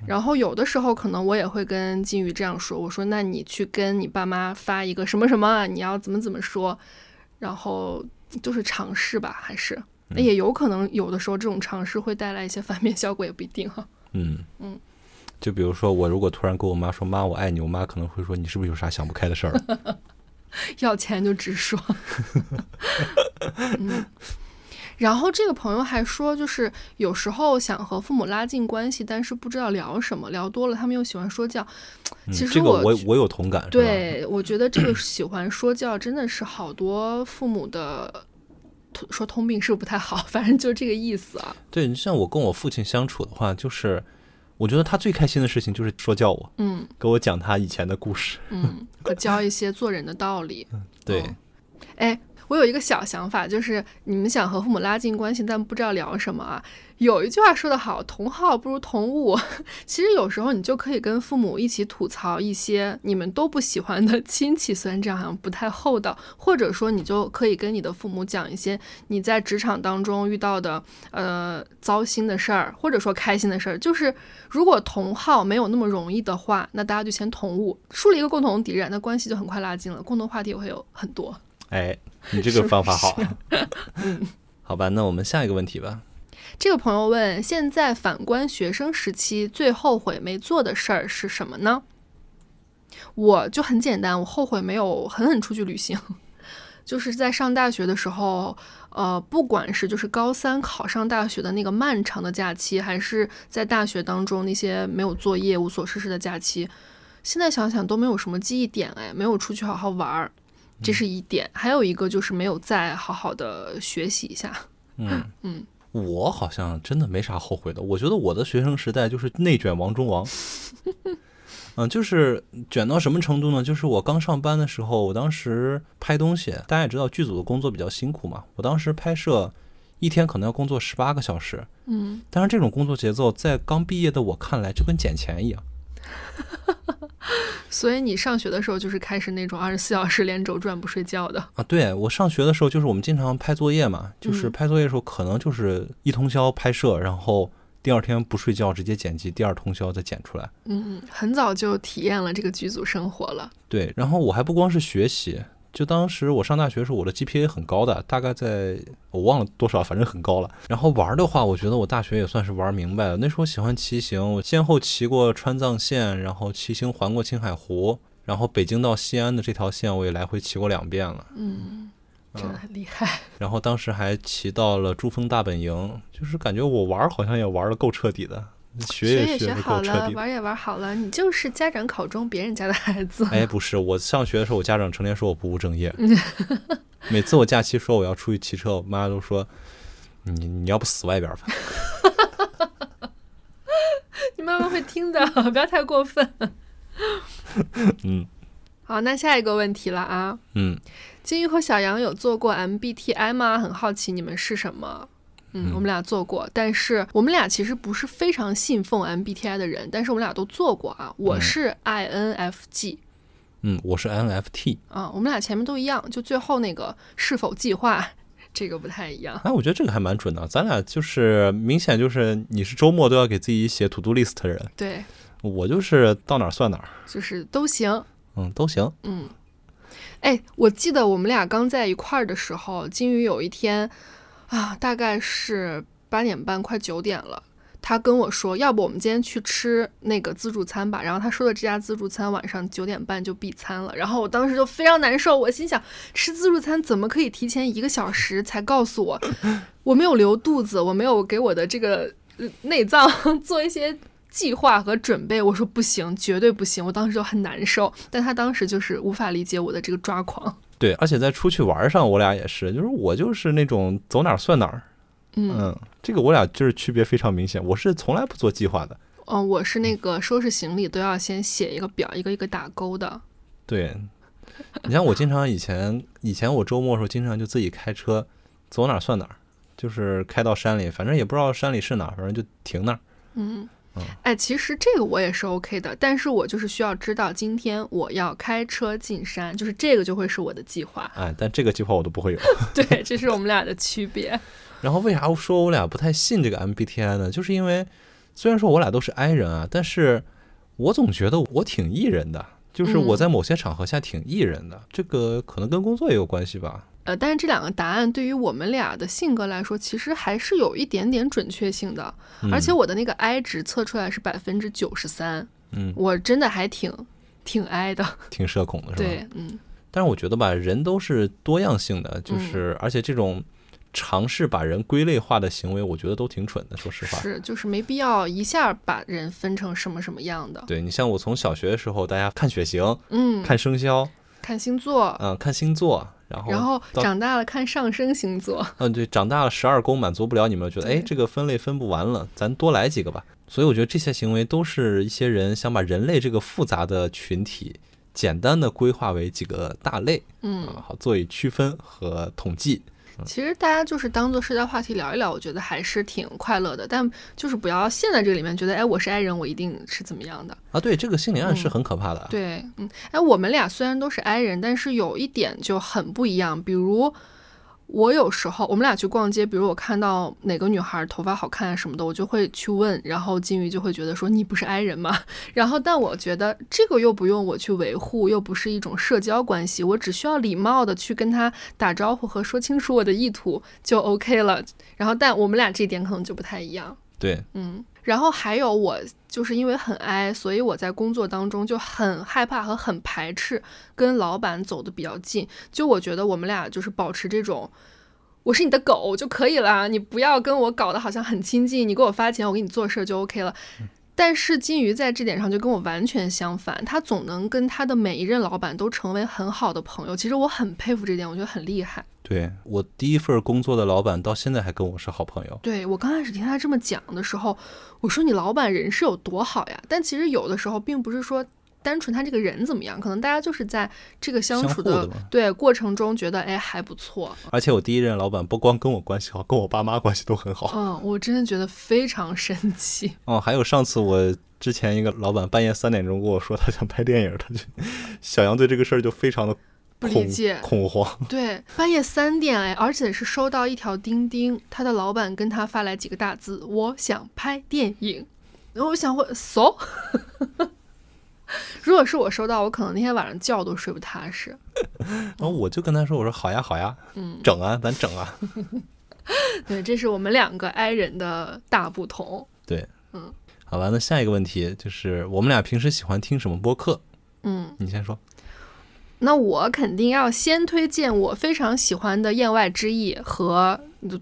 S4: 然后有的时候可能我也会跟金鱼这样说，我说那你去跟你爸妈发一个什么什么，你要怎么怎么说，然后就是尝试吧，还是。那也有可能，有的时候这种尝试会带来一些 反面效果，也不一定哈、
S5: 嗯
S4: 嗯，
S5: 就比如说我如果突然跟我妈说“妈，我爱你”，我妈可能会说：“你是不是有啥想不开的 事儿嗯
S4: 要钱就直说。嗯，然后这个朋友还说，就是有时候想和父母拉近关系，但是不知道聊什么，聊多了他们又喜欢说教。？”
S5: 嗯，
S4: 其实
S5: 这个
S4: 我
S5: 我
S4: 觉
S5: 我有同感，是吧？
S4: 对，我觉得这个喜欢说教真的是好多父母的。说通病是不是不太好？反正就是这个意思啊。
S5: 对，你像我跟我父亲相处的话，就是我觉得他最开心的事情就是说教我，
S4: 嗯
S5: 给我讲他以前的故事。
S4: 嗯，和教一些做人的道理。
S5: 对，
S4: 哦哎，我有一个小想法，就是你们想和父母拉近关系，但不知道聊什么啊？有一句话说得好，“同好不如同物”。其实有时候你就可以跟父母一起吐槽一些你们都不喜欢的 亲戚，虽然这样好像不太厚道，或者说你就可以跟你的父母讲一些你在职场当中遇到的呃糟心的事儿，或者说开心的事儿。就是如果同好没有那么容易的话，那大家就先同物，树立一个共同敌人，那关系就很快拉近了，共同话题也会有很多。
S5: 哎，你这
S4: 是
S5: 个
S4: 不
S5: 方法好
S4: 是。
S5: 好吧，那我们下一个问题吧。
S4: 这个朋友问：现在反观学生时期，最后悔没做的事儿是什么呢？我就很简单，我后悔没有狠狠出去旅行。 就是在上大学的时候，呃，不管是就是高三考上大学的那个漫长的假期，还是在大学当中那些没有作业、无所事事的假期，现在想想都没有什么记忆点，哎，没有出去好好玩儿，这是一点。还有一个就是没有再好好的学习一下。
S5: 我好像真的没啥后悔的。我觉得我的学生时代就是内卷王中王，嗯，就是卷到什么程度呢？就是我刚上班的时候，我当时拍东西，大家也知道剧组的工作比较辛苦嘛，我当时拍摄一天可能要工作十八个小时，嗯，但是这种工作节奏在刚毕业的我看来就跟捡钱一样。
S4: 所以你上学的时候就是开始那种二十四小时连轴转不睡觉的。
S5: 啊，对我上学的时候，就是我们经常拍作业嘛，就是拍作业的时候，可能就是一通宵拍摄，然后第二天不睡觉直接剪辑，第二通宵再剪出来。
S4: 嗯，很早就体验了这个剧组生活了。
S5: 对，然后我还不光是学习，就当时我上大学的时候，我的 GPA 很高的，大概在我忘了多少，反正很高了。然后玩的话，我觉得我大学也算是玩明白了。那时候喜欢骑行，我先后骑过川藏线，然后骑行环过青海湖，然后北京到西安的这条线我也来回骑过两遍了。
S4: 真的很厉害。
S5: 然后当时还骑到了珠峰大本营，就是感觉我玩儿好像也玩的够彻底的，学
S4: 学
S5: 也
S4: 学
S5: 的
S4: 好
S5: 够彻
S4: 了，
S5: 底的。
S4: 玩也玩好了，你就是家长口中别人家的孩 子。
S5: 哎，不是，我上学的时候，我家长成天说我不务正业，每次我假期说我要出去骑车，我妈都说你你要不死外边儿吧。
S4: 你妈妈会听的，不要太过分。
S5: 嗯
S4: 好，那下一个问题了啊。
S5: 嗯，
S4: 金鱼和小杨有做过 MBTI 吗？很好奇你们是什么。嗯，我们俩做过，但是我们俩其实不是非常信奉 MBTI 的人，但是我们俩都做过啊。我是 INFG，、
S5: 嗯，我是 NFT。
S4: 啊，我们俩前面都一样，就最后那个是否计划这个不太一样。
S5: 哎，我觉得这个还蛮准的，咱俩就是明显就是你是周末都要给自己写 to do list 的人，
S4: 对，
S5: 我就是到哪儿算哪儿，
S4: 就是都行。
S5: 嗯，都行。
S4: 哎，我记得我们俩刚在一块儿的时候，金鱼有一天啊，大概是八点半快九点了，他跟我说，要不我们今天去吃那个自助餐吧。然后他说的这家自助餐晚上九点半就闭餐了。然后我当时就非常难受，我心想，吃自助餐怎么可以提前一个小时才告诉我？ 我没有留肚子，我没有给我的这个呃内脏 做一些计划和准备。我说不行，绝对不行。我当时就很难受，但他当时就是无法理解我的这个抓狂。
S5: 对，而且在出去玩儿上，我俩也是，就是我就是那种走哪儿算哪儿，
S4: 嗯
S5: 这个我俩就是区别非常明显。我是从来不做计划的，
S4: 嗯、我是那个收拾行李都要先写一个表，一个一个打勾的。
S5: 对。你像我经常以前，以前我周末的时候经常就自己开车，走哪儿算哪儿，就是开到山里，反正也不知道山里是哪儿，反正就停那儿。。
S4: 哎，其实这个我也是 OK 的，但是我就是需要知道今天我要开车进山，就是这个就会是我的计划
S5: 哎，但这个计划我都不会有。
S4: 对，这是我们俩的区别。
S5: 然后为啥说我俩不太信这个 MBTI 呢？就是因为虽然说我俩都是 I 人啊，但是我总觉得我挺 E 人的，就是
S4: 嗯
S5: 我在某些场合下挺 E 人的，这个可能跟工作也有关系吧。
S4: 呃，但是这两个答案对于我们俩的性格来说，其实还是有一点点准确性的。
S5: 嗯
S4: 而且我的那个 I 值测出来是百分之九十三，
S5: 嗯，
S4: 我真的还挺挺 I 的。
S5: 挺社恐的是吧？
S4: 对，嗯，
S5: 但是我觉得吧，人都是多样性的，就是、而且这种尝试把人归类化的行为，我觉得都挺蠢的。说实话，
S4: 是，就是没必要一下把人分成什么什么样的。
S5: 对你像我从小学的时候，大家看血型、
S4: 嗯，
S5: 看生肖，
S4: 看星座，
S5: 嗯、看星座，然后
S4: 然后
S5: 到
S4: 长大了看上升星座。
S5: 嗯，对，长大了十二宫满足不了你们，觉得哎，这个分类分不完了，咱多来几个吧。所以我觉得这些行为都是一些人想把人类这个复杂的群体简单的规划为几个大类，嗯，好作为区分和统计。
S4: 其实大家就是当做社交话题聊一聊，我觉得还是挺快乐的。但就是不要陷在这里面，觉得哎，我是 I 人，我一定是怎么样的。
S5: 啊，对，这个心理暗示很可怕的啊。
S4: 嗯对，嗯，哎，我们俩虽然都是 I 人，但是有一点就很不一样，比如我有时候我们俩去逛街，比如我看到哪个女孩头发好看啊什么的，我就会去问，然后金鱼就会觉得说你不是 i 人吗？ 然后但我觉得这个又不用我去维护，又不是一种社交关系，我只需要礼貌的去跟她打招呼和说清楚我的意图就 OK 了。然后但我们俩这一点可能就不太一样。
S5: 对，
S4: 然后还有我就是因为很 i，所以我在工作当中就很害怕和很排斥跟老板走的比较近。就我觉得我们俩就是保持这种。我是你的狗就可以了，你不要跟我搞得好像很亲近，你给我发钱，我给你做事儿就 OK 了。但是金鱼在这点上就跟我完全相反，他总能跟他的每一任老板都成为很好的朋友。其实我很佩服这点，我觉得很厉害。
S5: 对我第一份工作的老板到现在还跟我是好朋友。
S4: 对我刚开始听他这么讲的时候，我说你老板人是有多好呀？但其实有的时候并不是说单纯他这个人怎么样，可能大家就是在这个相
S5: 相
S4: 处
S5: 互
S4: 的
S5: 的嘛哦
S4: 对过程中觉得哎还不错。
S5: 而且我第一任老板不光跟我关系好，跟我爸妈关系都很好。
S4: 嗯，我真的觉得非常神奇。
S5: 哦，还有上次我之前一个老板半夜三点钟跟我说他想拍电影，他就 小杨对这个事儿就非常的
S4: 不理
S5: 恐
S4: 解
S5: 恐慌。
S4: 对，半夜三点哎，而且是收到一条钉钉，他的老板跟他发来几个大字：“我想拍电影。”然后我想问，so？如果是我收到，我可能那天晚上觉都睡不踏实。
S5: 然后我就跟他说：“我说好呀，好呀，嗯，整啊，咱整啊。
S4: 对，这是我们两个 i 人的大不同。”
S5: 对，嗯，好吧。那下一个问题就是我们俩平时喜欢听什么播客？嗯，你先说。
S4: 那我肯定要先推荐我非常喜欢的《燕外之意》和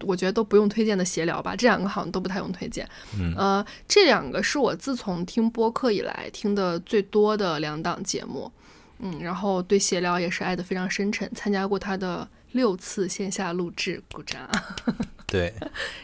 S4: 我觉得都不用推荐的《闲聊》吧，这两个好像都不太用推荐。嗯，呃，这两个是我自从听播客以来听的最多的两档节目。嗯，然后对《闲聊》也是爱得非常深沉，参加过他的六次线下录制，鼓掌。
S5: 对，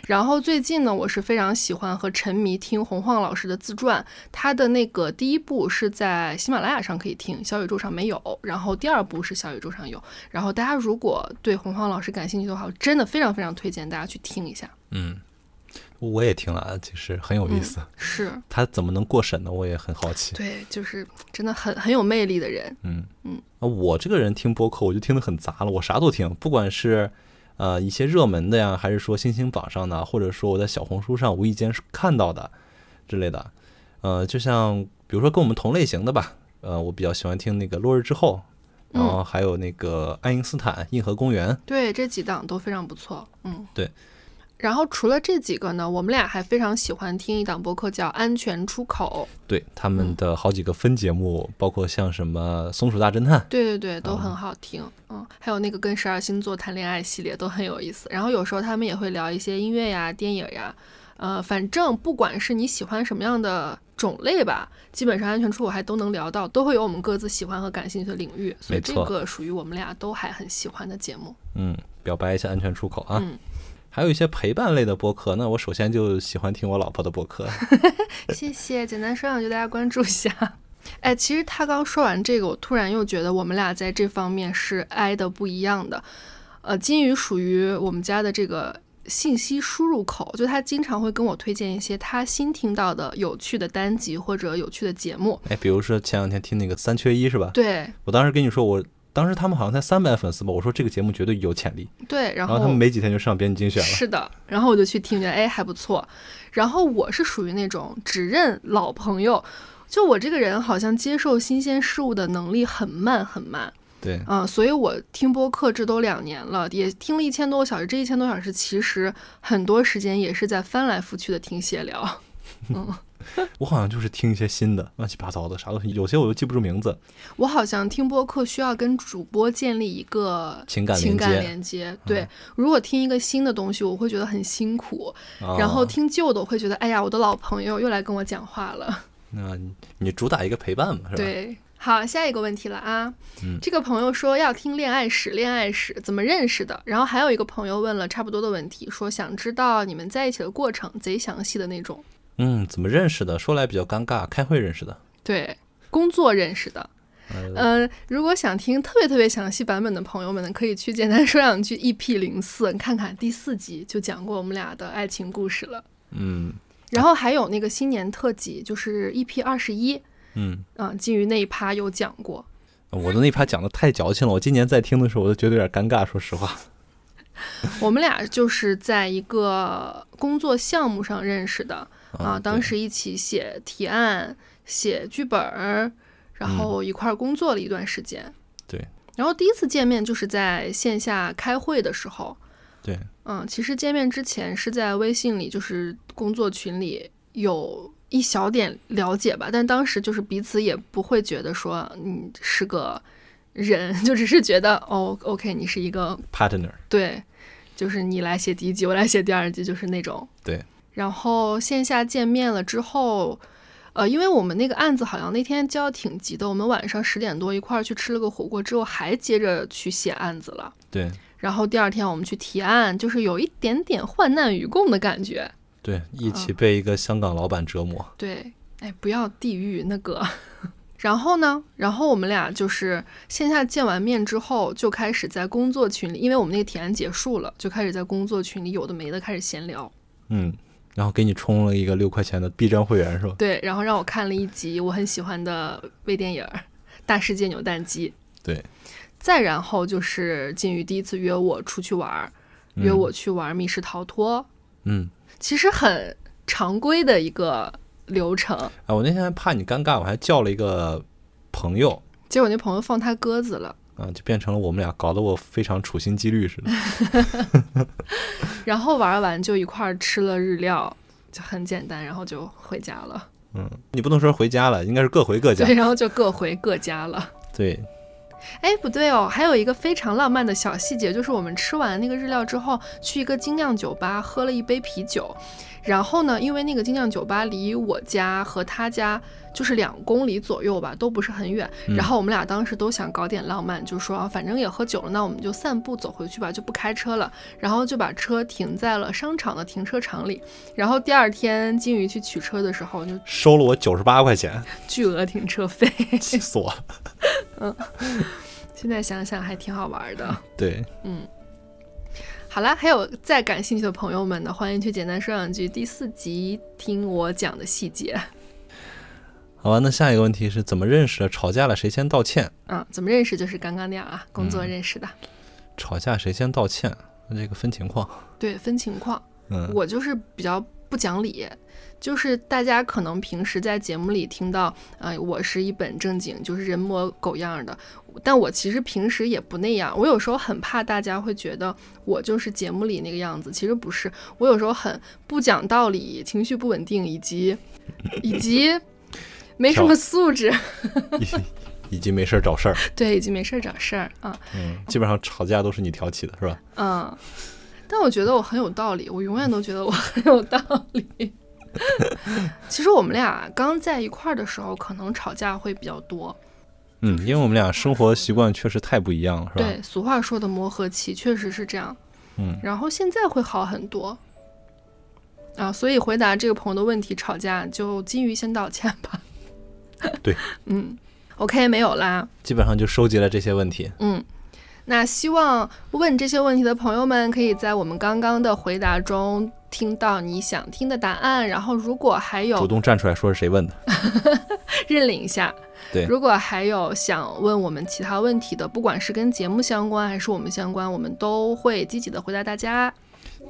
S4: 然后最近呢，我是非常喜欢和沉迷听洪晃老师的自传，他的那个第一部是在喜马拉雅上可以听，小宇宙上没有，然后第二部是小宇宙上有。然后大家如果对洪晃老师感兴趣的话，我真的非常非常推荐大家去听一下。
S5: 嗯我也听了，啊其实很有意思。
S4: 是
S5: 他怎么能过审呢？我也很好奇。
S4: 嗯对，就是真的很很有魅力的人。
S5: 啊，我这个人听播客，我就听得很杂了，我啥都听，不管是呃一些热门的呀，还是说新星榜上的，或者说我在小红书上无意间看到的之类的。呃，就像比如说跟我们同类型的吧，呃，我比较喜欢听那个《落日之后》，然后还有那个爱因斯坦、硬核公园。
S4: 对，这几档都非常不错。嗯，
S5: 对。
S4: 然后除了这几个呢，我们俩还非常喜欢听一档播客叫《安全出口》。
S5: 对他们的好几个分节目，包括像什么《松鼠大侦探》，
S4: 对对对，都
S5: 哦
S4: 很好听。嗯，还有那个跟十二星座谈恋爱系列都很有意思。然后有时候他们也会聊一些音乐呀、电影呀，呃，反正不管是你喜欢什么样的种类吧，基本上安全出口还都能聊到，都会有我们各自喜欢和感兴趣的领域。所以
S5: 没
S4: 这
S5: 错
S4: 个属于我们俩都还很喜欢的节目。
S5: 嗯，表白一下安全出口啊。
S4: 嗯
S5: 还有一些陪伴类的播客，那我首先就喜欢听我老婆的播客。
S4: 谢谢，简单说两句，大家关注一下。哎，其实他刚说完这个，我突然又觉得我们俩在这方面是挨的不一样的。呃，金鱼属于我们家的这个信息输入口，就他经常会跟我推荐一些他新听到的有趣的单集或者有趣的节目。
S5: 哎，比如说前两天听那个三缺一是吧？
S4: 对
S5: 我当时跟你说，我当时他们好像才三百粉丝吧，我说这个节目绝对有潜力，
S4: 对，然
S5: 然
S4: 后
S5: 后他们没几天就上编辑精选了。
S4: 是的，然后我就去听，觉得哎还不错。然后我是属于那种只认老朋友，就我这个人好像接受新鲜事物的能力很慢很慢。
S5: 对，
S4: 嗯，所以我听播客这都两年了，也听了一千多个小时。这一千多小时其实很多时间也是在翻来覆去的听闲聊。
S5: 我好像就是听一些新的，乱七八糟的啥东西，有些我又记不住名字。
S4: 我好像听播客需要跟主播建立一个
S5: 情感
S4: 情
S5: 连
S4: 感
S5: 接嗯
S4: 连接。对，如果听一个新的东西，我会觉得很辛苦；
S5: 啊、
S4: 然后听旧的，我会觉得哎呀，我的老朋友又来跟我讲话了。
S5: 那你你主打一个陪伴嘛，是吧？，嗯
S4: 对，好，下一个问题了啊。这个朋友说要听恋爱史，恋爱史怎么认识的？然后还有一个朋友问了差不多的问题，说想知道你们在一起的过程，贼详细的那种。
S5: 嗯，怎么认识的？说来比较尴尬，开会认识的。
S4: 对，工作认识的。呃，如果想听特别特别详细版本的朋友们呢，可以去简单说两句 EP 零四，看看第四集就讲过我们俩的爱情故事了。
S5: 嗯
S4: 然后还有那个新年特辑，就是 EP 二十一，
S5: 嗯，
S4: 嗯，金鱼那一趴有讲过。
S5: 我的那一趴讲的太矫情了，我今年再听的时候我都觉得有点尴尬，说实话。
S4: 我们俩就是在一个工作项目上认识的啊，
S5: 嗯
S4: 当
S5: 对
S4: 时一起写提案、写剧本儿，然后一块儿工作了一段时间。
S5: 对
S4: 然后第一次见面就是在线下开会的时候，
S5: 对，
S4: 嗯，其实见面之前是在微信里，就是工作群里有一小点了解吧，但当时就是彼此也不会觉得说你是个人， 就只是觉得哦，OK，你是一个
S5: partner，
S4: 对，就是你来写第一集，我来写第二集，就是那种。
S5: 对。
S4: 然后线下见面了之后，呃，因为我们那个案子好像那天交得挺急的，我们晚上十点多一块儿去吃了个火锅之后，还接着去写案子了。
S5: 对
S4: 然后第二天我们去提案，就是有一点点患难与共的感觉。
S5: 对，一
S4: 嗯
S5: 起被一个香港老板折磨，
S4: 对，哎，不要地狱那个。 然后呢，然后我们俩就是线下见完面之后，就开始在工作群里，因为我们那个提案结束了，就开始在工作群里有的没的开始闲聊。
S5: 嗯，然后给你充了一个六块钱的 B 站会员是吧？
S4: 对，然后让我看了一集我很喜欢的微电影儿《大世界扭蛋机》。
S5: 对，
S4: 再然后就是金宇第一次约我出去玩儿，约我去玩密室逃脱。
S5: 嗯，
S4: 其实很常规的一个流程。
S5: 啊，我那天还怕你尴尬，我还叫了一个朋友，
S4: 结果那朋友放他鸽子了，
S5: 啊，就变成了我们俩搞得我非常处心积虑似的。
S4: 然后玩完就一块儿吃了日料，就很简单，然后就回家了。
S5: 你不能说回家了，应该是各回各家
S4: 对，。然后就各回各家了。
S5: 对，
S4: 哎，不对哦，还有一个非常浪漫的小细节，就是我们吃完那个日料之后，去一个精酿酒吧喝了一杯啤酒。然后呢，因为那个精酿酒吧离我家和他家就是两公里左右吧，都不是很远。然后我们俩当时都想搞点浪漫，就说啊，反正也喝酒了，那我们就散步走回去吧，就不开车了。然后就把车停在了商场的停车场里。然后第二天金鱼去取车的时候，就
S5: 收了我九十八块钱，
S4: 巨额停车费。
S5: 气死我了。
S4: 现在想想还挺好玩的。
S5: 对，
S4: 好啦，还有再感兴趣的朋友们呢，欢迎去简单说两句第四集听我讲的细节。
S5: 好吧，那下一个问题是怎么认识的？吵架了谁先道歉？
S4: 嗯，怎么认识就是刚刚那样啊，工作认识的。
S5: 吵架谁先道歉？那这个分情况。
S4: 对，分情况。
S5: 嗯
S4: 我就是比较不讲理，就是大家可能平时在节目里听到，呃，我是一本正经，就是人模狗样儿的，但我其实平时也不那样。我有时候很怕大家会觉得我就是节目里那个样子，其实不是。我有时候很不讲道理，情绪不稳定，以及以及没什
S5: 跳
S4: 么素质，
S5: 以及没事儿找事儿，
S4: 对，以及没事儿找事儿啊，
S5: 嗯，基本上吵架都是你挑起的，是吧？
S4: 嗯。但我觉得我很有道理，我永远都觉得我很有道理。 其实我们俩刚在一块儿的时候，可能吵架会比较多。
S5: 嗯，因为我们俩生活习惯确实太不一样了，是吧？
S4: 对，俗话说的磨合期确实是这样。
S5: 嗯，
S4: 然后现在会好很多。啊，所以回答这个朋友的问题，吵架就金鱼先道歉吧。
S5: 对，
S4: 嗯，OK，没有啦。
S5: 基本上就收集了这些问题。
S4: 嗯，那希望问这些问题的朋友们可以在我们刚刚的回答中听到你想听的答案，然后如果还
S5: 主
S4: 有
S5: 动站出来说是谁问的，
S4: 认领一下。
S5: 对
S4: 如果还有想问我们其他问题的，不管是跟节目相关还是我们相关，我们都会积极的回答大家。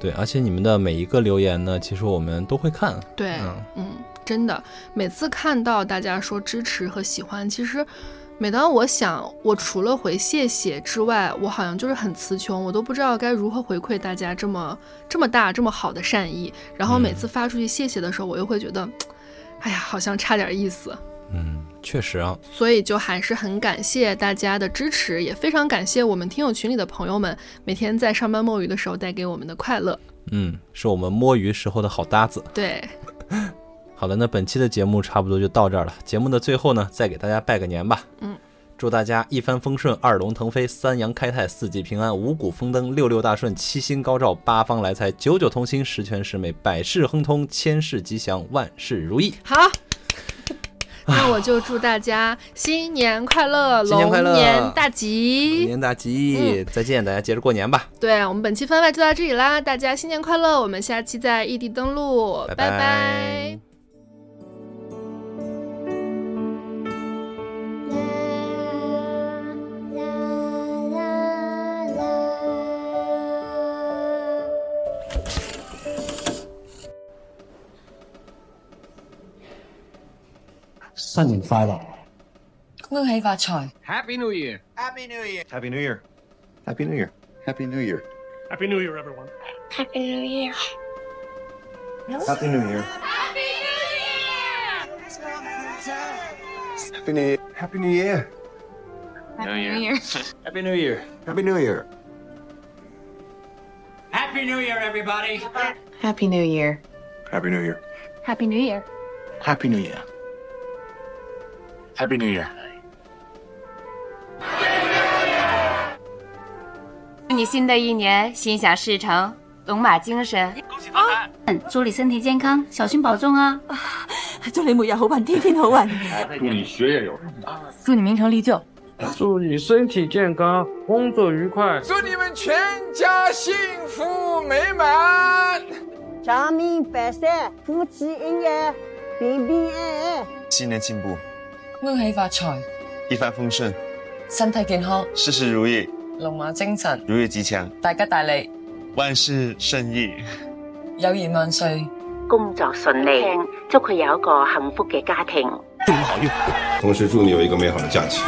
S5: 对，而且你们的每一个留言呢，其实我们都会看，
S4: 对，
S5: 嗯
S4: 真的，每次看到大家说支持和喜欢，其实每当我想，我除了回谢谢之外，我好像就是很词穷，我都不知道该如何回馈大家这么 这么大这么好的善意。然后每次发出去谢谢的时候，我又会觉得，哎呀，好像差点意思。
S5: 嗯，确实啊，
S4: 所以就还是很感谢大家的支持，也非常感谢我们听友群里的朋友们每天在上班摸鱼的时候带给我们的快乐。
S5: 嗯，是我们摸鱼时候的好搭子。
S4: 对，
S5: 好了，那本期的节目差不多就到这儿了。节目的最后呢，再给大家拜个年吧。
S4: 嗯，
S5: 祝大家一帆风顺，二龙腾飞，三阳开泰，四季平安，五谷丰登，六六大顺，七星高照，八方来财，九九同心，十全十美，百事亨通，千事吉祥，万事如意。
S4: 好， 那我就祝大家新年快乐，
S5: 新年快乐
S4: 龙年大
S5: 龙
S4: 吉。嗯
S5: 年大吉！再见，大家接着过年吧。
S4: 对我们本期番外就到这里啦，大家新年快乐！我们下期在异地登录，
S5: 拜
S4: 拜拜
S6: La la la la la
S7: 新年快樂，
S8: 恭喜發財。
S9: Happy New Year.
S10: Happy New Year.
S11: Happy New Year.
S3: Happy New Year. Happy New Year.
S12: Happy New Year, everyone.
S13: Happy New Year.
S11: Happy New Year.
S3: Happy New Year.
S11: Happy New Year.
S13: Happy New Year.
S11: Happy New Year.
S3: Happy New Year.
S9: Happy New Year, everybody.
S13: Happy New Year.
S3: Happy New Year.
S13: Happy New Year.
S3: Happy New Year. Happy New Year.
S14: 祝你新的一年心想事成，龙马精神。嗯
S9: 恭喜发财！
S14: 祝你身体健康，小心保重啊！
S15: 祝你每日好运，天天好运。
S16: 祝你学业有成。
S15: 祝你名成利就。
S17: 祝你身体健康，工作愉快。
S2: 祝你们全家幸福美满。
S18: 长命百岁，夫妻恩爱，平平安安。
S19: 新年进步，
S8: 恭喜发财，
S19: 一帆风顺，
S8: 身体健康，
S19: 事事如意，
S8: 龙马精神，
S19: 如意吉祥，
S8: 大吉大利，
S19: 萬事勝意，
S8: 友誼萬歲，
S20: 工作順利，祝佢有一個幸福嘅家庭，
S21: 祝你好運。
S22: 同時祝你有一個美好的假期。